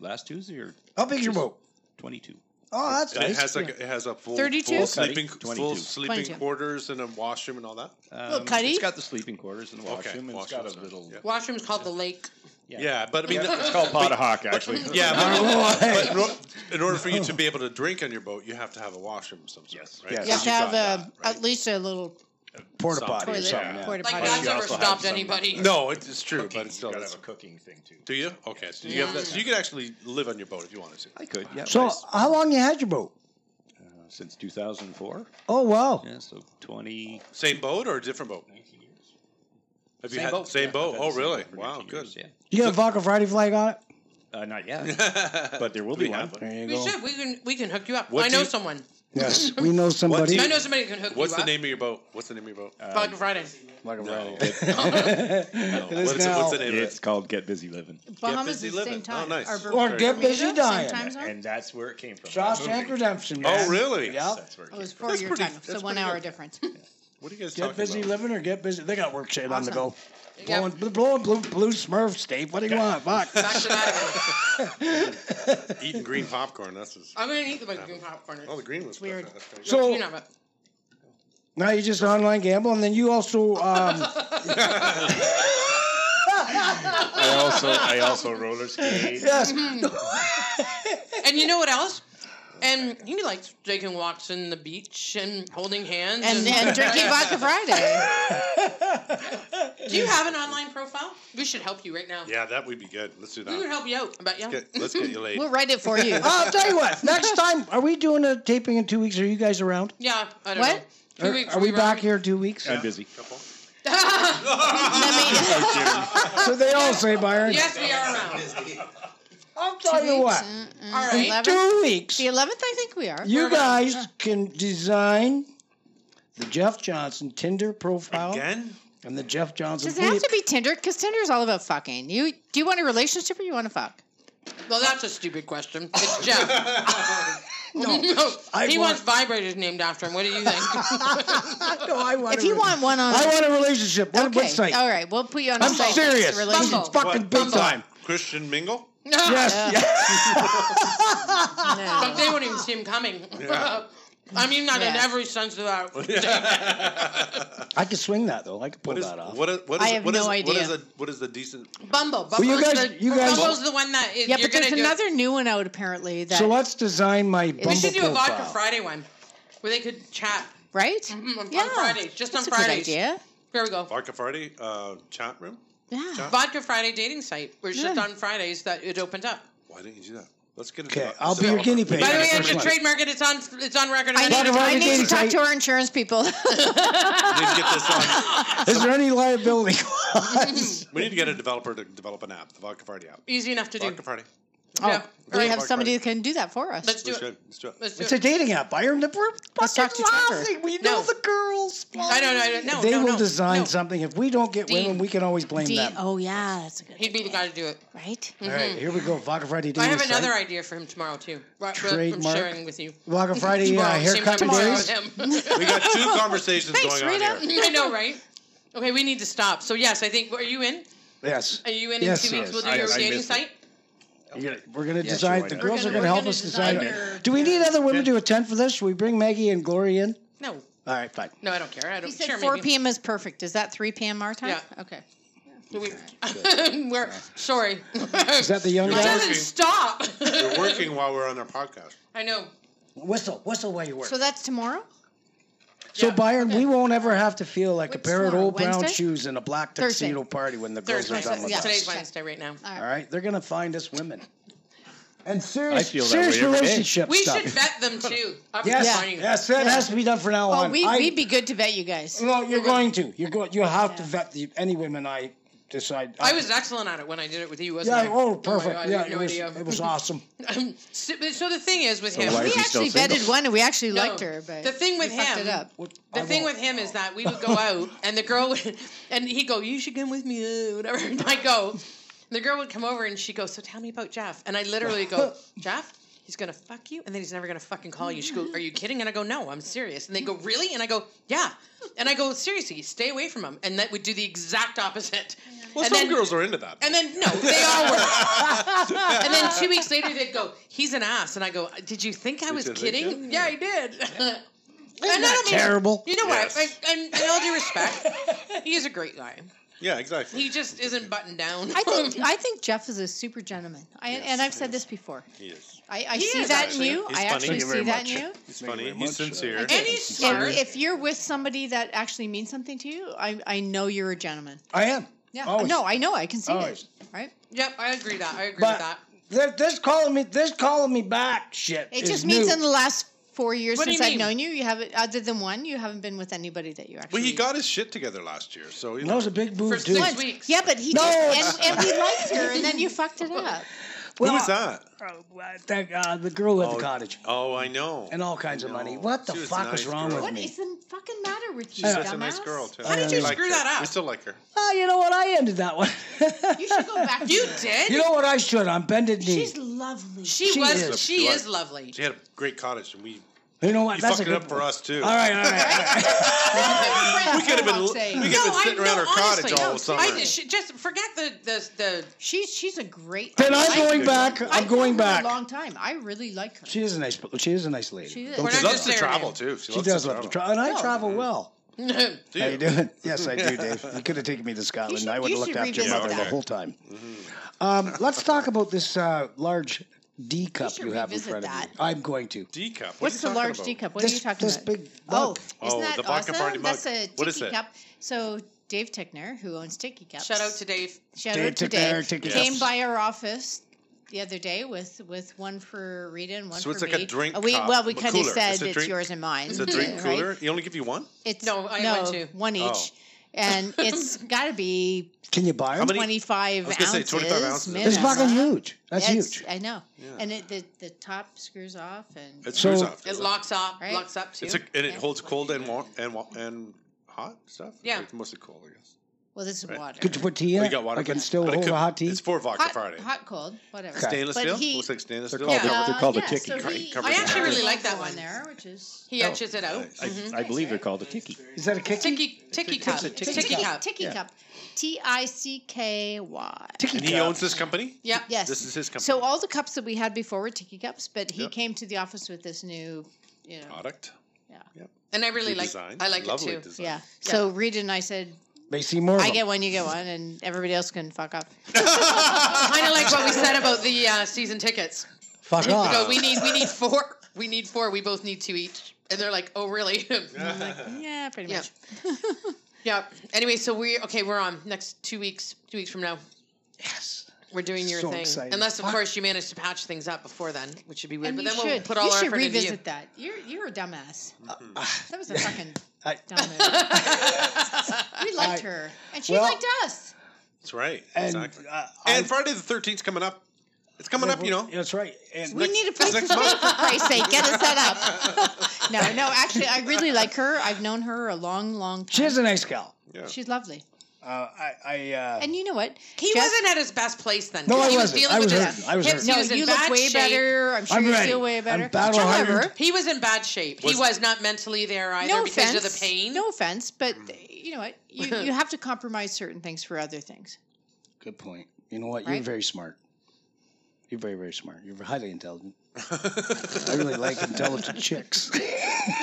last Tuesday or How big's your boat? twenty-two. Oh, that's And nice. it has like a, it has a full, 32? full sleeping full 22. sleeping 22. quarters and a washroom and all that. Um, cuddy? It's got the sleeping quarters and the Okay, washroom, and it's got washroom's a nice, little yeah. Washroom's called the lake. Yeah, but I mean, Yeah, it's called pot of hock, actually. yeah, Oh, but, but hey. in, or- in order for you to be able to drink on your boat, you have to have a washroom of some sort. Yes. right? Oh. Yes. You have So to got have a, that, right? at least a little Porta Some- potty. toilet, something, yeah. porta Like Like potty. that's you never also have stopped some- anybody. No, it's, it's true, but it still you gotta have does. a cooking thing too. Do you? Okay, so you have that. So you could actually live on your boat if you wanted to. I could, yeah. So, nice. how long you had your boat? Uh, since 2004. Oh wow! Yeah, so 20. Same boat or a different boat? Have you Same had boat, same yeah, boat? I've had Oh, the same really? boat for Wow, 19 good. years, yeah. You got a Vodka Friday flag on it? Uh, not yet, but there will Do be we one. have There you We go. should. We can. We can hook you up. What I do know you- someone. Yes, we know somebody. I know somebody who can hook What's you the up. name of your boat? What's the name of your Uh, boat? Vodka Friday. Vodka No. Friday. It is What's, the- now. what's the name of It's it? called Get Busy Living. Bahamas is busy the living. same Oh, time. nice. Or Or Bermuda, get busy same time dying. zone. And that's where it came from. Shawshank Redemption. Oh, man. really? Yeah. That's where it It came was from. four That's year pretty- Oh, time, so that's one pretty hour good. difference. What are you guys Get talking busy about? living or get busy. They got work shit on the go. Awesome. Yeah. Blowing, blowing blue, blue Smurf, Steve. What do you want? Fuck. Back to that. Eating green popcorn. That's just, I'm gonna eat the big green popcorn. oh, the green was weird. That's kinda good. So You know, but now you just online gamble, and then you also um, I also, I also roller skate. yes, and you know what else? And he likes taking walks in the beach and holding hands. And then drinking vodka Friday. do you have an online profile? We should help you right now. Yeah, that would be good. Let's do We would that. help you out. I bet you. Get- let's get you laid. We'll write it for you. I'll tell you what. Next time, are we doing a taping in two weeks? Are you guys around? Yeah. I don't What? Know. Two Are, weeks, are we were back on- here in two weeks? I'm busy. Let me. So they all say, Byron. Yes, we are around. I'll tell you what. All right. Two weeks. The eleventh, I think we are. You Whatever. guys can design the Jeff Johnson Tinder profile Again? and the Jeff Johnson. Does it have bleep. to be Tinder? Because Tinder is all about fucking. You do you want a relationship or you want to fuck? Well, that's a stupid question. It's Jeff. I he want- wants vibrators named after him. What do you think? no, I want. If a you re- want one on, I want a relationship. What okay, website? all right, we'll put you on. a I'm site that's serious. a This is relationship. fucking big What? time. Christian Mingle? Yes. yes. No. Like, they won't even see him coming. I mean, not in Yeah. every sense of that. I could swing that though. I could pull What is, that off. what is, what is, I have what is- no What is, idea. a, what is the decent? Bumble. Bumble's, Well, you guys- the, you guys- Bumble's the one that is. Yeah, you're but there's gonna do- another new one out apparently. That so let's design my Bumble We should do a profile. Vodka Friday one where they could chat. right? Mm-hmm, on yeah, Fridays, just on That's a good Fridays. idea. Here we go. Vodka Friday uh, chat room? Yeah. Vodka Friday dating site where it's just Yeah. on Fridays that it opened up. Why didn't you do that? Let's get it. Okay, I'll be your guinea pig. By the way, Yeah, I that's should right. trademark it. It's on. It's on record. I need need, Vodka to- I Friday need to dating talk site. to our insurance people. We need to get this on. Is there any liability? clause? We need to get a developer to develop an app, the Vodka Friday app. Easy enough to do. Vodka Friday. Oh, Yeah. we have Vodka somebody Friday. that can do that for us. Let's do Let's it. go. Let's do it. Let's do it's a it. dating app, Byron. We're Let's talk fucking to Trevor. laughing. We No. know the girls. I know, no, no, no. they no, will no, design no. something. If we don't get Dean. women, we can always blame D- them. oh yeah, that's a good. He'd be the guy to do it. right? All right, here we go. Vodka Friday dating I have site. another idea for him tomorrow too. Right, but I'm Trademark. sharing with you. Vodka Friday uh, Tomorrow, same haircut time tomorrow tomorrow. days. with him. We got two conversations Thanks, going on here. Rita. I know, right? Okay, we need to stop. So yes, I think. Are you in? Yes. Are you in? Yes, in two weeks yes. we'll do I- your I dating missed site. We're going to Yeah, design sure, The why not? girls We're are going to gonna- help we're us gonna design design your- it. Do we need other women to attend for this? Should we bring Maggie and Gloria in? No, All right, fine. no, I don't care. I don't You said sure, 4 maybe. p.m. is perfect. Is that 3 p.m. our time? Yeah. Okay. We, we're sorry. Is that the young It guy? doesn't stop. We're working while we're on our podcast. I know. Whistle, whistle while you work. So that's tomorrow? So Byron, we won't ever have to feel like a What's pair of tomorrow, old brown Wednesday? shoes and a black Thursday. tuxedo party when the girls Thursday. are done with yeah. us. Today's Wednesday right now. All right, they're gonna find us women. And serious, I feel that serious way every day. relationship We stuff. should vet them too. Up yes, yeah. yes, that has to be done from now Oh, on. we, I- we'd be good to vet you guys. no, you're going to. You're going. You have to vet the, any women I decide. I was excellent at it when I did it with you, wasn't Yeah. I? Oh, my perfect. God, I yeah, have no it was. idea. It was awesome. So, so the thing is with him, why We Is he still actually single? vetted one and we actually No. liked her, but the thing with we fucked him, it up. What- the I thing won't- Oh. with him is that we would go out and the girl would, and he'd go, "You should come with me," uh, whatever. And I go, the girl would come over and she goes, "So tell me about Jeff," and I literally go, "Jeff." He's gonna fuck you, and then he's never gonna fucking call you. She go, "Are you kidding?" And I go, "No, I'm serious." And they go, "Really?" And I go, "Yeah." And I go, "Seriously, stay away from him." And that would do the exact opposite. Well, and some then, girls are into that. and then no, they all were. and then two weeks later, they'd go, "He's an ass," and I go, "Did you think I was you think kidding?" that? yeah, I did. and I that don't mean- terrible? You know Yes. what? I, I, and in all due respect, he is a great guy. Yeah, exactly. He just isn't buttoned down. I think I think Jeff is a super gentleman. I, and I've said this before. He is. I, I He see is, that actually. in you. He's I funny. actually Thank you see very that much. in you. He's Thank you funny. very He's much. sincere. And he's smart. If, if you're with somebody that actually means something to you, I, I know you're a gentleman. I am. Yeah. Always. No, I know. I can see Always. it. Right? Yep, I agree that. I agree But- with that. This, this calling me, this calling me back, shit. It is just means new. in the last four years What do you since I've mean? known you, you haven't, other than one, you haven't been with anybody that you actually. Well, he got his shit together last year, so you That know. was a big move, For dude. six Well, weeks. Yeah, but he No, just, and, and we liked her, and then you fucked it up. Who was that? uh, that, uh, the girl with the cottage Oh, I know. and all kinds of money. No, What the she was a fuck was nice wrong girl. with What me? is the fucking matter with you, She's such dumbass? a nice girl too. How did We you liked screw her. that up? We still like her. Oh, you know what? I ended that one. You should go back. to You her. did. you know what? I should on bended knee. She's lovely. she, she was. is. She Sure. is lovely. She had a great cottage, and we you you know what? That's fucked a it good up for one. us too. All right, all right. all right. we could have been we could have been No, I- sitting around no, our cottage honestly, all no, summer. I just- she- just forget the the the. She, she's a great. Then I'm I- going back. I've I'm known going her A back. long time. I really like her. She is a nice. She is a nice lady. She is. Don't We're get she not me just loves to there travel now. too. She, She loves does to love to travel. travel, and I travel well. Mm-hmm. Do How you? you doing? Yes, I do, Dave. You could have taken me to Scotland. should- I would you have looked should after your revisit mother the that. whole time. Mm-hmm. Um, let's talk about this uh, large D cup should you, have in revisit front that. of you. I'm going to. D cup. What What's are you the talking large about? D cup? What this, are you talking this about? big Oh, mug. isn't Oh, that the vodka awesome? party mug. That's a tiki What is it? cup. So Dave Tickner, who owns Tiki Cups, Shout out to Dave. shout Dave out to Tickner, Dave, Tiki came Cups. by our office the other day with with one for Rita and one So for it's like a me. drink Uh, we, cup, Well, we but kind of cooler. said It's it's, a drink- yours and mine. It's a right? drink cooler. You only give you one. It's No, I no, went to- one each, Oh. and it's got to be Can you buy them? many- twenty five I was gonna ounces. say 25 ounces. It's minimum. fucking huge. That's It's- huge. I know, and it, the the top screws off, and It So- screws up. It locks up. Right? Locks up too. It's a, and it Yeah. holds cold and warm and wa- and hot stuff. Yeah. Like, mostly cold, I guess. well, this is water. Could you put tea in? We it? got water. I can but- still but it hold could- a hot tea. It's for vodka hot, Friday. hot, cold, whatever. Stainless But steel. he- Looks like stainless They're steel. called Yeah. a, they're called yeah, a tiki so cup. he- I actually really like that one one. there, which is he etches it out. I- I, I believe they're called a tiki. Is that a kick? Ticky ticky cup. a ticky Ticky cup. Tiki Yeah. cup, T I C K Y. And he owns this company. Yep. Yes. This is his company. So all the cups that we had before were tiki cups, but he Yep. came to the office with this new, you know, product. And I really Good like. design. I like it Lovely too. design. yeah. So Reed and I said, They see more of I them. get one, you get one, and everybody else can fuck up. Kind of like what we said about the uh, season tickets. Fuck We Ah. off. go, we need we need four. We need four. We both need two each. And they're like, oh really? Yeah, pretty Yeah. much. yeah. Anyway, so we okay. We're on next two weeks. Two weeks from now. Yes. We're doing your So thing, excited. unless of Fuck. course you manage to patch things up before then, which would be weird. And but you then should, we'll put all you our should effort into you. revisit that. You're you're a dumbass. Uh, That was a fucking Mm-hmm. I- dumbass. we liked I- her, and she well- liked us. That's right. And, exactly. uh, and I- Friday the 13th's coming up. It's coming up, you know. That's right. And We need a place to next stay, month. for Christ's sake. Get us set up. no, no, actually, I really like her. I've known her a long, long time. she is a nice gal. Yeah. She's lovely. Uh, I, I, uh, And you know what? He Jeff- wasn't at his best place then. No, 'cause I he wasn't. dealing I with was his hurting. I was hips. hurting. He No, was in you bad look way shape. better. I'm sure I'm you ready. feel way I'm better. battle However, He was in bad shape. he Was- was not mentally there either no because offense. of the pain. No offense, but you know what? You, you have to compromise certain things for other things. Good point. You know what? You're Right? very smart. You're very, very smart. You're highly intelligent. I really like intelligent chicks. oh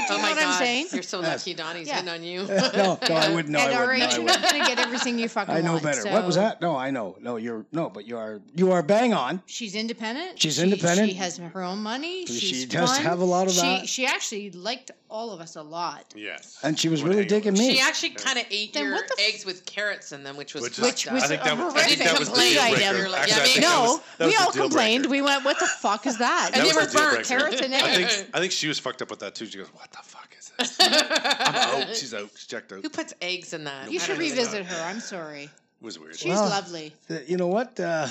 my what God. I'm saying? You're so lucky Donnie's Yeah. in on you. no, no, I wouldn't. No, At I our wouldn't. No, age, I, you're wouldn't. not going to get everything you fucking I know want, better. so What was that? No, I know. No, you're no, but you are. You are bang on. She's independent. She's She- independent. She has her own money. She She's does fun. have a lot of she, that. She actually liked all of us a lot. Yes. And she was Would really hang digging on. me. She actually kind of ate Then your what the f- eggs with carrots in them, which was Which is- Which fucked was up. I think a that was- I think horrific that was the complaint deal item. breaker. Actually, Yeah, I think that no, was- that was we the all deal complained. breaker. We went, "What the fuck is that?" And That they was were the deal burnt breaker. carrots and I eggs. think I think she was fucked up with that too. She goes, "What the fuck is this?" I'm out. She's out. She's checked out. Who It puts eggs in that? You I should don't know. revisit her. I'm sorry. was weird. She's Well, lovely. Uh, You know what? Uh,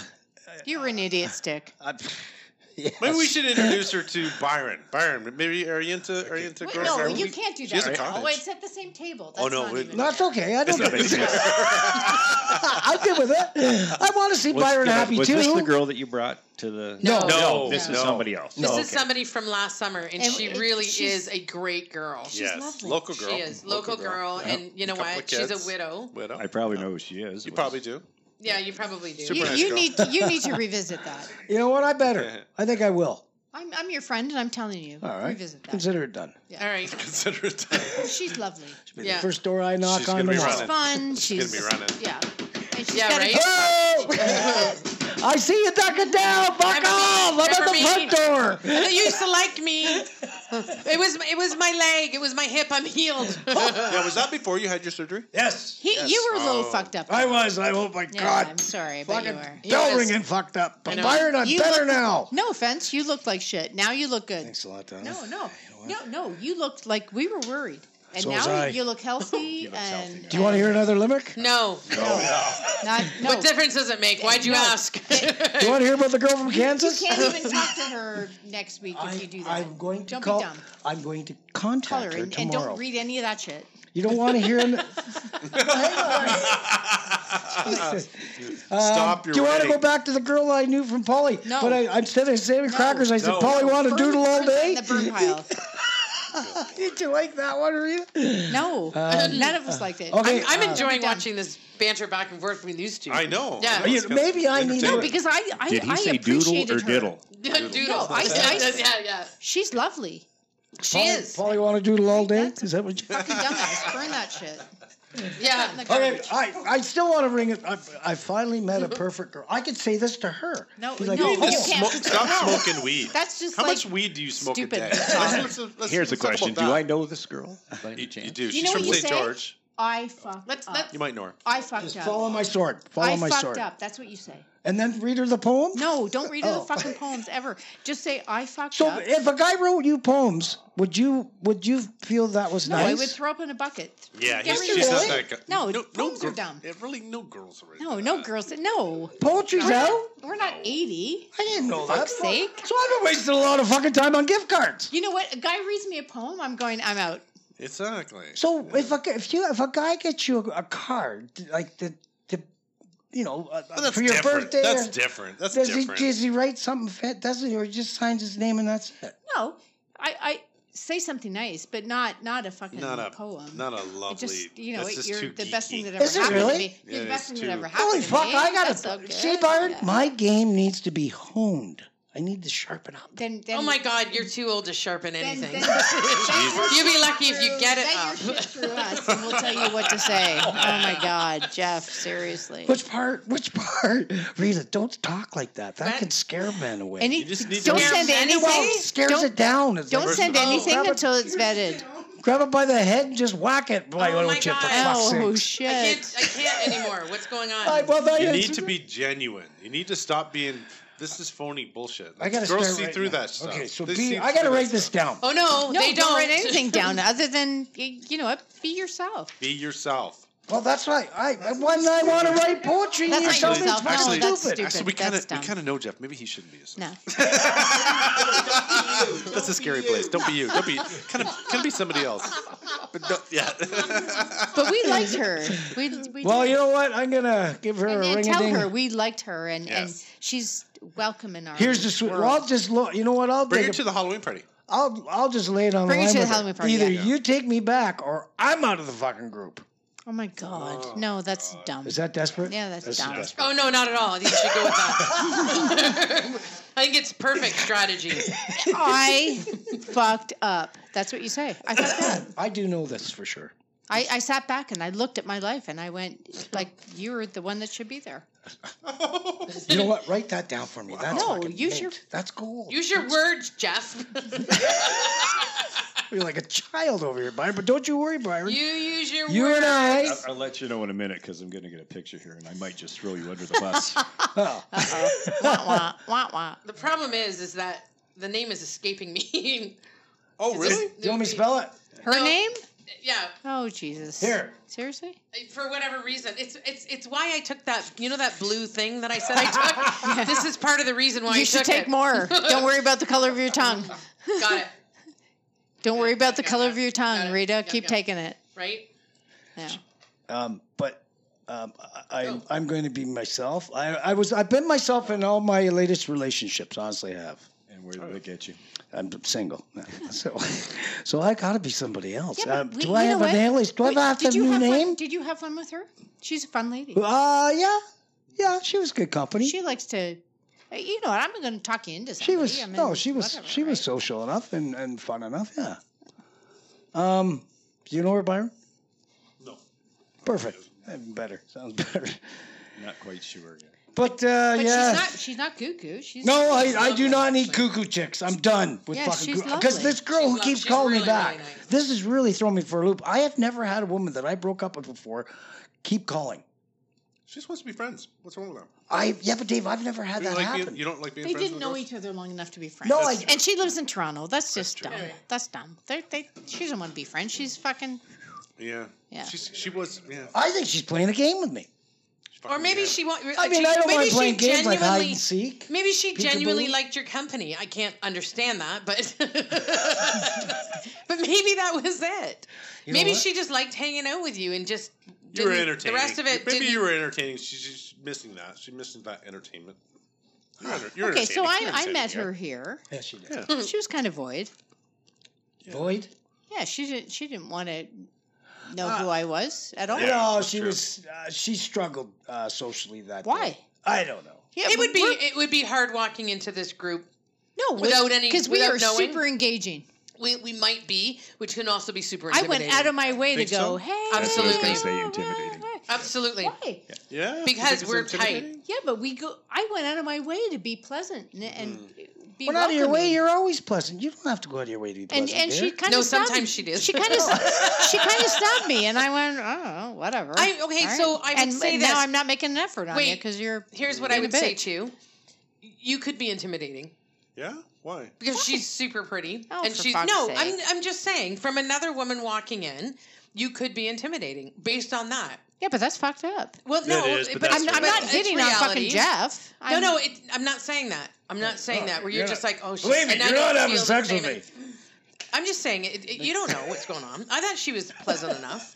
You were an idiot, stick. I, yes. Maybe we should introduce her to Byron. Byron, maybe are you into are you into Wait, girls? no, Are we- you can't do She has that. a right now. cottage. Oh, it's at the same table. That's Oh, no, not we- even That's fair. okay. I don't It's not give a big deal. I'm good with it. I want to see Was- Byron happy was too. this the girl that you brought to the? No, No, no, this no. is somebody else. This No, is somebody from last summer, and, And she it- really she's- is a great girl. She's yes, lovely. local girl. She is local, girl, and you know Couple of what? She's kids. a widow. Widow. I probably know who she is. you It was- probably do. Yeah, you probably do. Super You, nice you girl. need you need to revisit that. You know what? I better. I think I will. I'm, I'm your friend, and I'm telling you. All right. Revisit that. Consider it done. All right. Consider it. She's lovely. Be the Yeah. first door I knock She's on. gonna the be wall. She's running. fun. She's Gonna be running. Yeah. And she's Yeah, got right? a Oh! I see you ducking down. Buck Remember me? off. I'm at Remember the me? front door. They used to like me. It was it was my leg. It was my hip. I'm healed. Now, was that before you had your surgery? Yes. he, you were a little Oh. fucked up. I was. I hope my yeah, I'm God. sorry, but you Fucking were. Yes. bell ringing fucked up. But know. Byron, I'm You better look- now. No offense, you looked like shit. Now you look good. Thanks a lot, Donna. No, no, what? no, no. You looked like we were worried, and So was now I. you look healthy. look and healthy now. Do you want to hear another limerick? No. Not, no, What difference does it make? Why'd you No. ask? Do you want to hear about the girl from you Kansas? can't even talk to her next week if you do that. am going to don't call. be dumb. I'm going to Call contact her her and, and tomorrow. don't read any of that shit. You don't want to hear. An, Stop your Um, do you want to writing. go back to the girl I knew from Polly? No. But I, instead of saving crackers, I said, No. Polly, want to Burn- doodle all burn that in day? The burn pile. Did you like that one, Rita? No, none of us liked it. Um, uh, okay. I'm- I'm enjoying done. watching this banter back and forth between these two. I know. Yeah. I know, Are you- it's kinda maybe I need to- no, entertaining. because I, I, Did he I say doodle appreciated or her. diddle? Doodle. No, I- I- yeah, yeah. She's lovely. She Polly, is. Polly, want to doodle all day? That's- Is that what you. Fucking dumbass. Burn that shit. Yeah. In the Okay, garbage. I, I still want to bring it. I, I finally met a perfect girl. I could say this to her. No, Be like, no, "Oh, you can't. Smoke- stop smoking weed. That's just How like much weed do you smoke stupid a day? talk. Let's- let's- let's- Here's a let's talk question: about Do I that. know this girl? by any You, you chance? do. you She's know from what you St. say? George. I fucked Let's- up. let's- You might know her. I fucked up. Follow my sword. Follow I my fucked sword. up. That's what you say. And then read her the poem? No, don't read Oh. the fucking poems ever. Just say I fucked So up. if a guy wrote you poems, would you would you feel that was no, nice? I would throw up in a bucket. Yeah, Get he's, rid of she's not it. that guy. No, poems are gir- dumb. yeah, Really, no girls are. No, no girls. No, Poetry's we're not, out. we're not eighty. I didn't know that. fuck's sake. So I've been wasting a lot of fucking time on gift cards. You know what? A guy reads me a poem. I'm going. I'm out. Exactly. So if a if you if a guy gets you a, a card like the the you know uh, But that's for your different. birthday, That's or- different. That's does different. he does he write something fit? Doesn't he, or he just signs his name and that's it? No, Oh, I, I say something nice, but not not a fucking not a poem. Not a lovely. It just you know that's just it, you're too the best thing geeky. that ever Is it happened really? to me. You're Yeah, the best it's thing that too- ever happened Holy to fuck! me. I gotta That's so see, good. Byron. Yeah. My game needs to be honed. I need to sharpen up. Then, then Oh my God, you're too old to sharpen Then, anything. then, then You'll be lucky if you get it Get up. your shit through us, and we'll tell you what to say. Oh my God, Jeff, seriously. Which part? Which part? Rita, don't talk like that. That Right. can scare men away. Any, You just need to don't know- send Well, anything. well, it scares don't, it down. It's Don't like, send Oh. anything Grab it- until it's vetted. grab it by the head and just whack it. Like, Oh oh my chip, for God. fuck's Oh I sakes. shit! can't. I can't anymore. What's going on? Like, well, that You is- need to be genuine. You need to stop being. This is phony bullshit. I gotta girls start see writing through down. that stuff. Okay, so They be, see I gotta through that write this stuff. down. oh no, No, they don't write anything down other than y- you know what. Be yourself. Be yourself. Well, that's right. I when I want to write poetry, That's you not tell me it's yourself. No, fucking that's stupid. stupid. Actually, we kind That's of we dumb. kind of know Jeff. Maybe he shouldn't be a No. That's a scary place. Don't be you. Don't be kind of can be somebody else. But don't, yeah. But we liked her. We, we Well, did. you know what? I'm gonna give her and, a and ring. tell her we liked her, and, Yes. and she's welcome in our. Here's the sweet. Well, I'll just look. You know what? I'll Bring take her a- to the Halloween party. I'll I'll just lay it on the Bring it line to the with Halloween party, Either yeah. you take me back, or I'm out of the fucking group. Oh my god! no, that's dumb. Is that desperate? Yeah, that's too dumb. desperate. Oh no, not at all. You should go with that. I think it's perfect strategy. I fucked up. That's what you say. I fucked up. I do know this for sure. I, I sat back and I looked at my life and I went, like, you're the one that should be there. You know what? Write that down for me. That's No, fucking use mint. your- That's gold. Use your words, Jeff. You're like a child over here, Byron. But don't you worry, Byron. you use your You words. and I. I'll, I'll let you know in a minute because I'm going to get a picture here, and I might just throw you under the bus. Wah, wah, wah, wah. The problem is, is that the name is escaping me. Oh really? you want me to spell it? Her No. name? Yeah, Oh, Jesus. Here. Seriously? for whatever reason, it's it's it's why I took that. You know that blue thing that I said I took. this is part of the reason why I you should took take it. more. Don't worry about the color of your tongue. Got it Don't worry about the Yeah, color yeah. of your Got tongue, it. Rita. Yeah, Keep yeah. taking it. right. Yeah. Um, but um, I- I, Oh. I'm going to be myself. I, I was. I've been myself in all my latest relationships. Honestly, I have. and where did they get you? I'm single, so so I gotta be somebody else. Yeah, um, but we- do you I know have what? an alias? Do Wait, I have a did you new have name? Fun, did you have fun with her? She's a fun lady. Uh, yeah, yeah, she was good company. She likes to Uh, You know, what, I'm going to talk you into something. She was no, she was she was social enough and, and fun enough. Yeah. Um, do you know her, Byron? No. Perfect. Even better. Sounds better. Not quite sure yet. But, uh, But yeah. she's not. She's not cuckoo. She's no, I, she's I do lovely. not need cuckoo chicks. I'm done with Yeah, fucking she's Because lovely. this girl She's who lo- keeps she's calling me really, back, really nice. this is really throwing me for a loop. I have never had a woman that I broke up with before keep calling. She just wants to be friends. What's wrong with them? I yeah, but Dave, I've never had You, that don't like happen. being, you don't like being They friends didn't with know girls? each other long enough to be friends. no, I That's- And she lives in Toronto. That's just true. dumb. That's dumb. They're, they she doesn't want to be friends. She's fucking. Yeah. Yeah. She's, she was, yeah. I think she's playing a game with me. Or maybe she won't. I mean, I don't maybe mind she playing games like hide genuinely- and seek. Maybe she genuinely Peekaboo. liked your company. I can't understand that, but but maybe that was it. You know maybe what? she just liked hanging out with you and just You were didn't- entertaining. The rest of it, Maybe didn't, you were entertaining. She's just missing that. She misses that entertainment. You're enter- you're Okay, so entertaining. I, You're I met her entertaining, here. Yeah, she did. Yeah. She was kind of void. Void. Yeah, she didn't. She didn't want to know Uh, who I was at all. Yeah, no, that's she true. was. Uh, she struggled uh, socially that. Why? day. I don't know. Yeah, it would be we're- it would be hard walking into this group. no with- without any- because we without are knowing. super engaging. We, we might be, which can also be super. I went Intimidating. out of my way to Think go. so? Hey, That's what I was gonna say, uh, intimidating. why- absolutely. Why? Yeah. Because You think it's we're tight. intimidating? Yeah, but we go. I went out of my way to be pleasant and, and be Mm-hmm. Well, out of your way, welcoming. you're always pleasant. You don't have to go out of your way to be and pleasant. and she dear. kind of No, sometimes she did. She kind of she kind of stabbed me, and I went, oh, whatever. I- okay, All so I would and, say and this. now I'm not making an effort on you Wait, because you're Here's what I being a would say bitch. to you: you could be intimidating. Yeah. Why? because she's super pretty Oh, and for she's fuck's no sake. I'm, I'm just saying from another woman walking in you could be intimidating based on that Yeah, but that's fucked up. well no That is, but that's I'm, That's I'm right. not it's hitting on fucking reality. Jeff. no I'm, no it, i'm not saying that i'm not saying no, that where you're you're not- just like oh she's Believe me, and I you're don't not having feel the sex same with me. and- i'm just saying it, it- you don't know what's going on i thought she was pleasant enough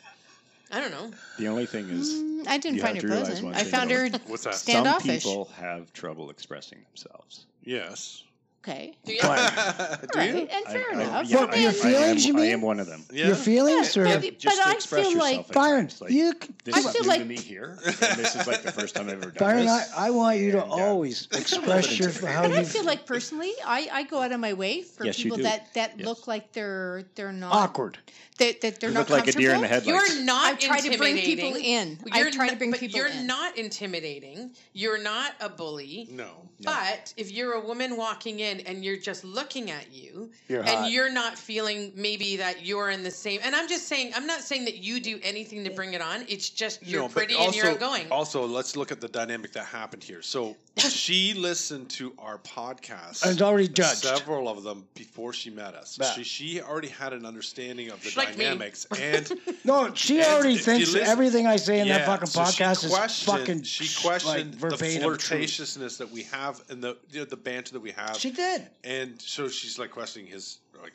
i don't know The only thing is, Mm, I didn't You find have her to realize pleasant. one I thing, found though. her What's that? some standoffish. people have trouble expressing themselves. Yes. Okay, do you But- Do right, you? and fair I, enough. yeah, But I, then- your I, am, feelings, you I mean? am one of them. Yeah. Your feelings Yeah, are but- Just to I express feel yourself, like- it's Byron. it's like, You c- this I is feel new like- to me here. and this is like the first time I've ever done Byron, I, this. I want you to And, uh, always express your how But I you feel like personally, I, I go out of my way for Yes, you people do. that, that Yes. look like they're they're not awkward. That, that they're You not look like a deer in the comfortable. headlights. you're not I've tried to bring people intimidating. in. You're I've tried to n- bring but people you're in. not intimidating you're not a bully No. But if you're a woman walking in and you're just looking at you You're hot. and you're not feeling maybe that you're in the same and I'm just saying I'm not saying that you do anything to bring it on. It's just you're No, but pretty and you're outgoing. Also, let's look at the dynamic that happened here. So she listened to our podcast And it's already judged. Several of them before she met us. Yeah. She, she already had an understanding of the She's like me. dynamics and No, she And already if thinks you listen- everything I say in that Yeah, fucking so she podcast is questioned- fucking She questioned like, the verbatim truth. flirtatiousness that we have and the you know, the banter that we have. She did. and so she's like questioning his like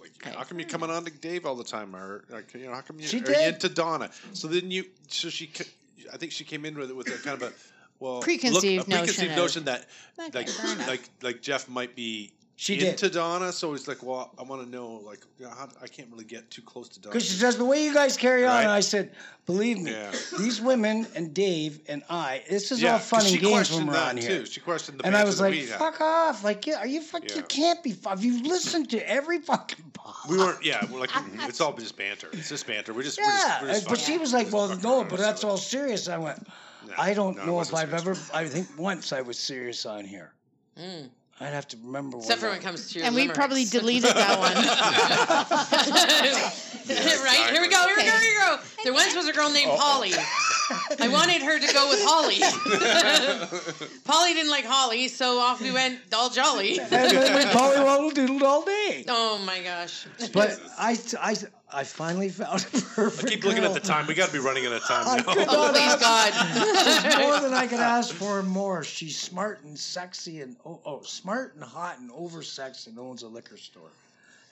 like Okay. how come you're coming on to Dave all the time or like you know how come you She are you did. into Donna so then you so she ca- I think she came in with it with a kind of a well Preconceived look, a preconceived notion notion that Okay, fair like enough. like like Jeff might be She into did. Donna so he's like well I want to know like you know, how, I can't really get too close to Donna Because she says, the way you guys carry on, Right. and I said, believe me, Yeah. these women and Dave and I, this is all 'cause fun she and games when questioned we're that on here. too she questioned the And I banter was that like, we had. fuck off. Like, yeah, are you fuck? Yeah. You can't be fuck. You've listened to every fucking podcast. We weren't, yeah. We're like, it's all just banter. It's just banter. We're just, we're just, Yeah, we're just but fucking- she was we're like, just "Well, fucking no, around but with that's each other." all serious." I went, No, "I don't no, it know if wasn't I've ever. serious. I think once I was serious on here. Mm. I'd have to remember." Except for when when it comes to your and we limericks. probably deleted that one. right? Here we go, here we go, here we go. There once was a girl named Polly. I wanted her to go with Holly. Polly didn't like Holly, so off we went all jolly. and then we polywaddle doodled all day. oh my gosh. but I, I, I finally found a perfect. Keep looking at the girl. time. We got to be running out of time I could now. Oh, not please ask- There's God. more than I could ask for and more. She's smart and sexy and oh, oh smart and hot and over sexy and owns a liquor store.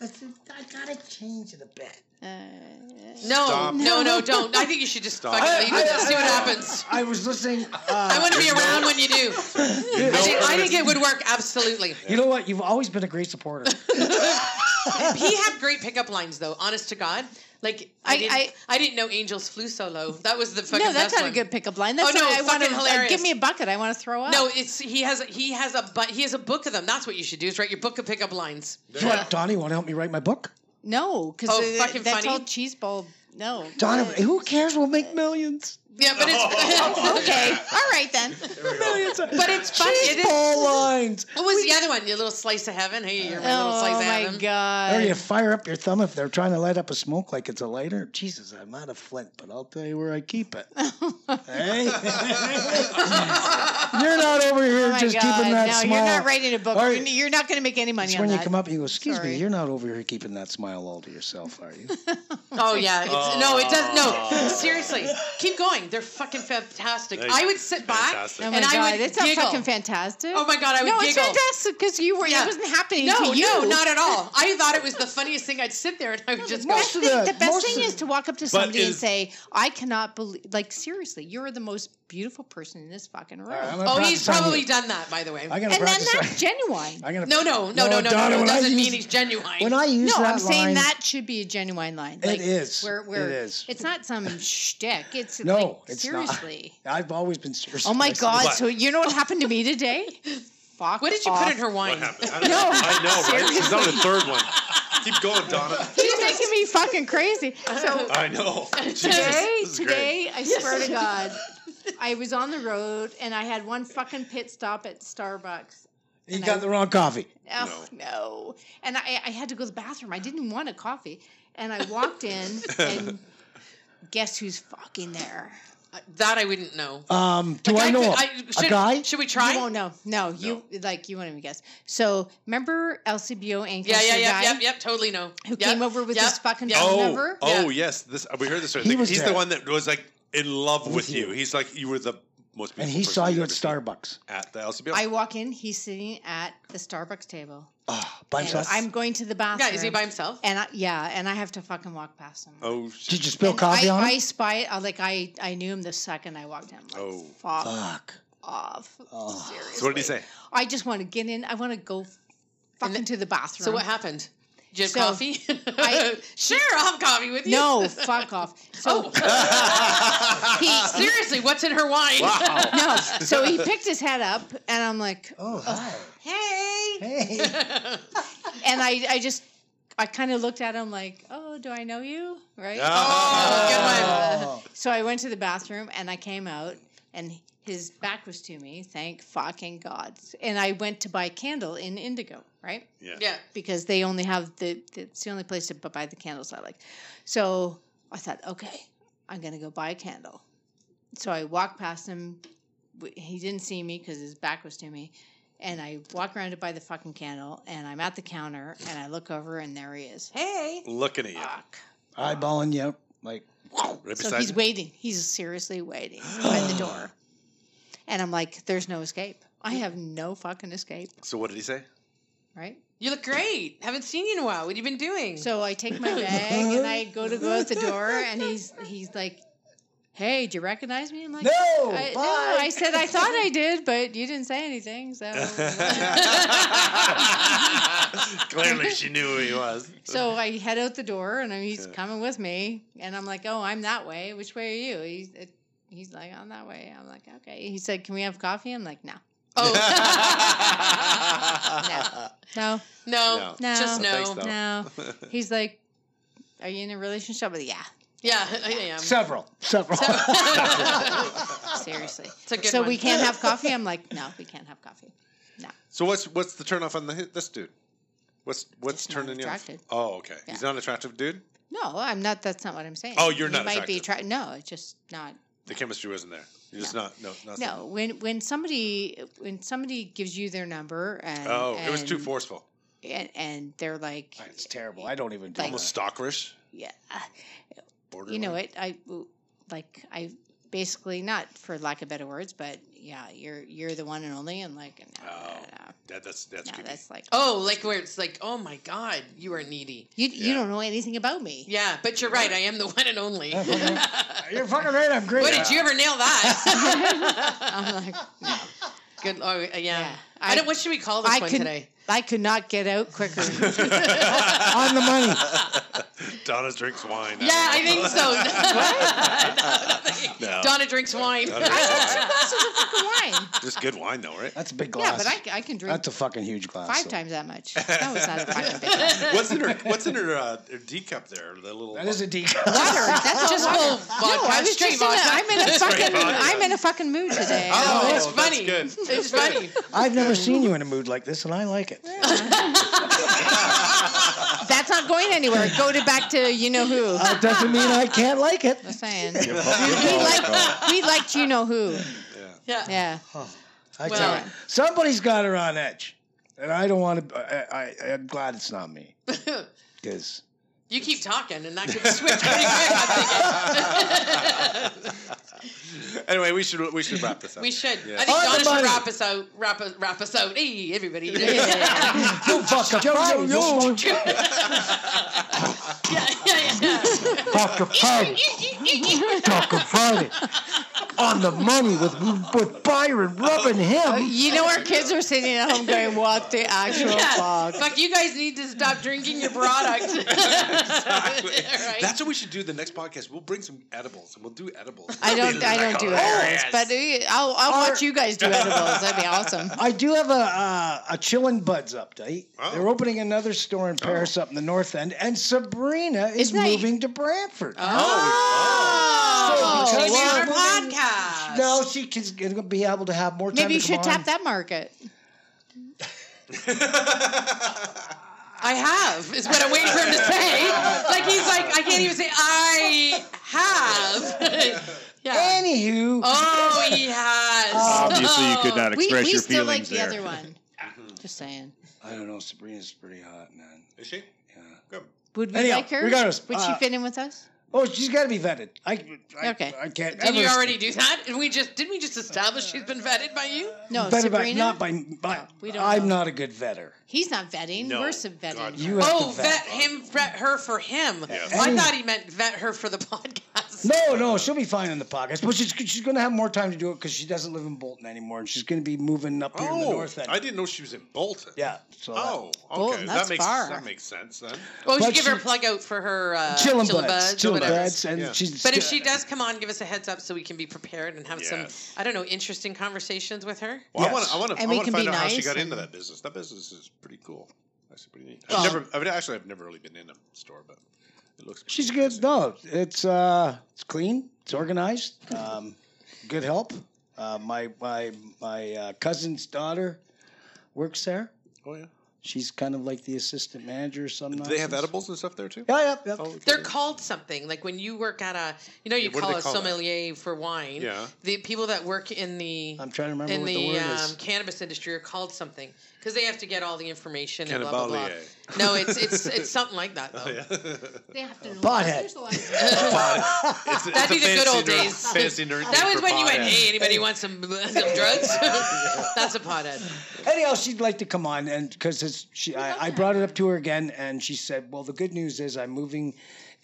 I said, I gotta change it a bit. Uh, No, Stop. no, no, don't. I think you should just Stop. fucking I- leave it and see what happens. I was listening. Uh, I want to be around when you do. You I think, know I her. think it would work absolutely. You know what? You've always been a great supporter. He had great pickup lines though, honest to God. Like I, I- didn't, I, I- didn't know angels flew so low. That was the fucking No, that's best not one. a good pickup line. That's Oh, no, what I want fucking to like, hilarious. give me a bucket. I want to throw up. No, it's he has he has a bu- he has a book of them. That's what you should do is write your book of pickup lines. You want- Donnie, want to help me write my book? no, because Oh, fucking that's funny. all cheese bowl. No, Donnie, who cares? We'll make millions. Yeah, but Oh. it's okay, all right then. Millions. Of- But it's fun. It is. Ball lines. What was the other one? Your little slice of heaven. Hey, you're my little Oh slice of my heaven. god! Oh Or you fire up your thumb if they're trying to light up a smoke like it's a lighter. Jesus, I'm not a flint, but I'll tell you where I keep it. hey, you're not over here Oh my just God. keeping that no, smile. you're not writing a book. Or- You're, n- you're not going to make any money It's on when that. you come up and you go, "Excuse Sorry. me, you're not over here keeping that smile all to yourself, are you?" Oh yeah, it's, no, it does. Oh. No, seriously, keep going. They're fucking fantastic. They- I would sit back fantastic. Oh and my I god! would it's giggle. not fucking fantastic. Oh my God, I would no, giggle. it's fantastic because you were. Yeah. It wasn't happening no, to you. no, not at all. I thought it was the funniest thing. I'd sit there and I would just go. most I of think the- the best most thing of- is to walk up to somebody and is- say, "I cannot believe." Like seriously, you're the most beautiful person in this fucking room. I'm gonna Oh, he's practice on you. probably done that, by the way. I gotta and then practice. on- that's genuine. I gotta. No, no, no, no, no, no. Donna, no, when I doesn't mean use- he's genuine. When I use No, that I'm saying line- that should be a genuine line. It Like, is. Where, where, It is. It's not some shtick. It's No, like, it's not. seriously. I've always been serious. Oh my myself. god! What? So you know what happened to me today? Fuck. what did you off. put in her wine? What happened? I, don't know. I know, right? She's on the third one. Keep going, Donna. She's making me fucking crazy. So I know. Jesus, today, this is great. today, I swear to God, I was on the road and I had one fucking pit stop at Starbucks. You got the wrong coffee. Oh no! And I, I had to go to the bathroom. I didn't want a coffee, and I walked in and guess who's fucking there? Uh, That I wouldn't know. Uh, Um, do Like, I know could- him? should, a guy? Should we try? You won't know. No, you like you won't even guess. So remember LCBO Anchor yeah, yeah, guy yeah, yep, yep, totally no. who Yep, came over with yep, his fucking yep. phone Oh, number? oh yes. This we heard this. already. He was He's the there. one that was like in love with, With you. you. He's like you were the most. Beautiful and he person saw you'd you at ever seen Starbucks at the LCBO. I walk in, he's sitting at the Starbucks table. Ah, Oh, by And himself. I'm going to the bathroom. Yeah, is he by himself? and I, yeah, and I have to fucking walk past him. oh, shit. Did you spill And coffee I, on him? I spy it. I, like I, I knew him the second I walked in. I'm Like, Oh. fuck Fuck. off. Oh. Seriously. So what did he say? I just want to get in. I want to go fucking to the bathroom. So what happened? Did you have So, coffee? I- sure, I'll have coffee with you. No, fuck off. Oh. So he Seriously, what's in her wine? no. So he picked his head up, and I'm like, Oh, hi. hey. Hey. And I, I just, I kind of looked at him like, oh, do I know you? Right. Oh. Oh, So I went to the bathroom and I came out and his back was to me, thank fucking God. And I went to buy candle in indigo, right? good one. Yeah. Because they only have the, the it's the only place to bu- buy the candles I like. So I thought, okay, I'm gonna go buy a candle. So I walked past him. W- He didn't see me because his back was to me. And I walk around to buy the fucking candle, and I'm at the counter, and I look over, and there he is. Hey, Looking at you fuck. Eyeballing you. Like, right So beside he's you. waiting. He's seriously waiting by the door. And I'm like, there's no escape. I have no fucking escape, So what did he say? right? You look great. Haven't seen you in a while. What have you been doing? So I take my bag and I go to go out the door and he's he's like, Hey, do you recognize me? I'm like, No, I, no, bye." I said I thought I did, but you didn't say anything. So Clearly, she knew who he was. So I head out the door and he's coming with me and I'm like, Oh, I'm that way. Which way are you? He's he's like, I'm that way. I'm like, okay. He said, Can we have coffee? I'm like, No. oh. No. no, No. just No, no. thanks, though. No. He's like, Are you in a relationship? I'm like, yeah, Yeah, I am. Um, several. Several. seriously. a good so one. we can't have coffee? I'm like, No, we can't have coffee. So what's what's the turnoff on the hit- this dude? What's what's Just not turning you off? attracted. Oh, okay. He's not an attractive, dude. No, I'm not. That's not what I'm saying. Oh, you're You not might be attracted. attracted. No, it's just not. The chemistry wasn't there. You're just not. No, not No, when when somebody when somebody gives you their number and Oh, it was too and- forceful. and, and they're like, it's terrible. I don't even do Like- that. Almost stalkerish. yeah, uh, you know it. I like I basically not for lack of better words, but yeah, you're you're the one and only, and like no, no, Oh, no, no, That, that's that's no, creepy. that's like Oh, like where it's like, oh my God, you are needy. You, Yeah. you don't know anything about me. Yeah, but you're right. I am the one and only. Yeah, what You're fucking right. I'm great. did you ever nail that? I'm like, no. Good. Oh, yeah. Yeah, I, I- don't. What should we call this I one can- today? I could not get out quicker. On the money. Donna drinks wine. Yeah, I think so. No, no. Donna drinks wine. Donna drinks wine. This is a fucking wine. Just good wine, though, right? That's a big Yeah, glass. but I, c- I can drink That's a fucking huge glass. five though. times that much. That was not fucking big. Water. What's in her? What's in her, uh, her teacup there? The little. That is a decal. That's just Oh, whole. vodka, No, I was straight just in a, vodka. I'm in a fucking. vodka. I'm in a fucking mood today. Oh, it's that's funny. good. It's funny. I've never seen you in a mood like this, and I like it. That's not going anywhere. Go to back to you know Oh. who. That Uh, doesn't mean I can't like it. Just saying. You're probably- you're We probably right. liked, we liked you know who. Yeah. Yeah. I Well- tell you, somebody's got her on edge, and I don't want to. I, I, I'm glad it's not me because You keep talking, and that could switch pretty quick. I'm thinking. Anyway, we should we should wrap this up. we should. Yeah. I think On Donna the should money. wrap us out. Wrap us, wrap us out. Hey, everybody. yo fuck a yo yo yo yeah, yeah, yeah. fuck a party, fuck a party, on the money with with Byron rubbing him. You know our kids are sitting at home going, "What the actual fuck?" Fuck, you guys need to stop drinking your product. Exactly. Right. That's what we should do. The next podcast, we'll bring some edibles and we'll do edibles. I don't. I don't do edibles, but uh, I'll, I'll watch you guys do edibles. That'd be awesome. I do have a uh, a chillin' buds update. Oh. They're opening another store in Paris up in the north end, and Sabrina is Isn't that- Oh. moving to Brantford. Oh, So maybe because- our well, podcast. No, she is going to be able to have more time. Maybe you to should come on. tap that market. I have is what I'm waiting for him to say. Like he's like, I can't even say I have. yeah. Anywho, Oh, he has. Obviously, you could not We, express we your still feelings like the there. other one. Just saying. I don't know. Sabrina's pretty hot, man. Is she? Good. Would we Anyhow, like her? regardless, Would uh, she fit in with us? Oh, she's got to be vetted. I, I Okay. I can't. Didn't you ever- already do that? And we just didn't we just establish she's been vetted by you? No, vetted by, Sabrina. not by. by Oh, we don't I'm know. not a good vetter. He's not vetting. No. We're sub God, vetting. no. You have Oh, to vet vet. him, vet her for him. Yes. I thought he meant vet her for the podcast. No, no, she'll be fine in the podcast, but she's she's going to have more time to do it because she doesn't live in Bolton anymore, and she's going to be moving up here in the Oh, north end. I didn't know she was in Bolton. Yeah. So uh, that- Oh, okay. Bolton, that that's makes far. that makes sense then. Well, we should But give her a she- plug out for her uh, chilling Chilla buds, Buds, chilling whatever. buds, and Yeah. she's. But if she does come on, give us a heads up so we can be prepared and have Yes. some, I don't know, interesting conversations with her. Well, Yes. I want to. I And we want to can find be out how she nice got and- into that business. That business is pretty cool. That's pretty neat. Well- I've never. I've actually I've never really been in a store, but it looks. She's pretty good. No, it's uh, it's clean. It's organized. Um, good help. Uh, my my my uh, cousin's daughter works there. Oh yeah. She's kind of like the assistant manager or something. Do they have edibles and stuff there too? Yeah, yeah, yeah. Oh, They're called something. Like when you work at a, you know, you What do call they a call that? sommelier for wine. Yeah. The people that work in the I'm trying to remember in what the, the, word um, is. cannabis industry are called something because they have to get all the information and blah blah blah. Cannibalier. Oh, No, it's it's it's something like that though. They have to Pothead. there's a lot of- It's, it's That'd be a the good fancy old ner- days. Fancy nerd. That was when you went, hey, eight. anybody want some, some drugs? That's a pothead. Anyhow, she'd like to come on, and because she, I, I brought it up to her again, and she said, "Well, the good news is I'm moving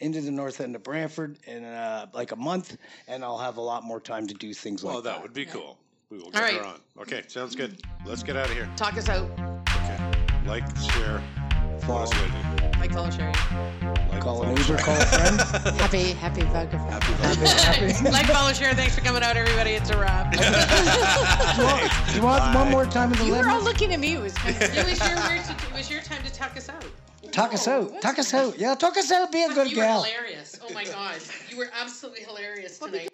into the north end of Brantford in uh, like a month, and I'll have a lot more time to do things Well, like Oh, that would be cool. We will get right. her on. Okay, sounds good. Let's get out of here. Talk us out. Okay. Like, share. What else do I do? Like, follow, share. Like, Call an Uber, call a friend. happy, happy vodka. Friday. like, follow, share. Thanks for coming out, everybody. It's a wrap. Do you want one more time in the You were all lemon? looking at me. It was kind of it, was your, word to- it was your time to tuck us out. Talk us out. Talk us out. Yeah, talk us out. Be a good you gal. were hilarious. Oh my God. You were absolutely hilarious tonight.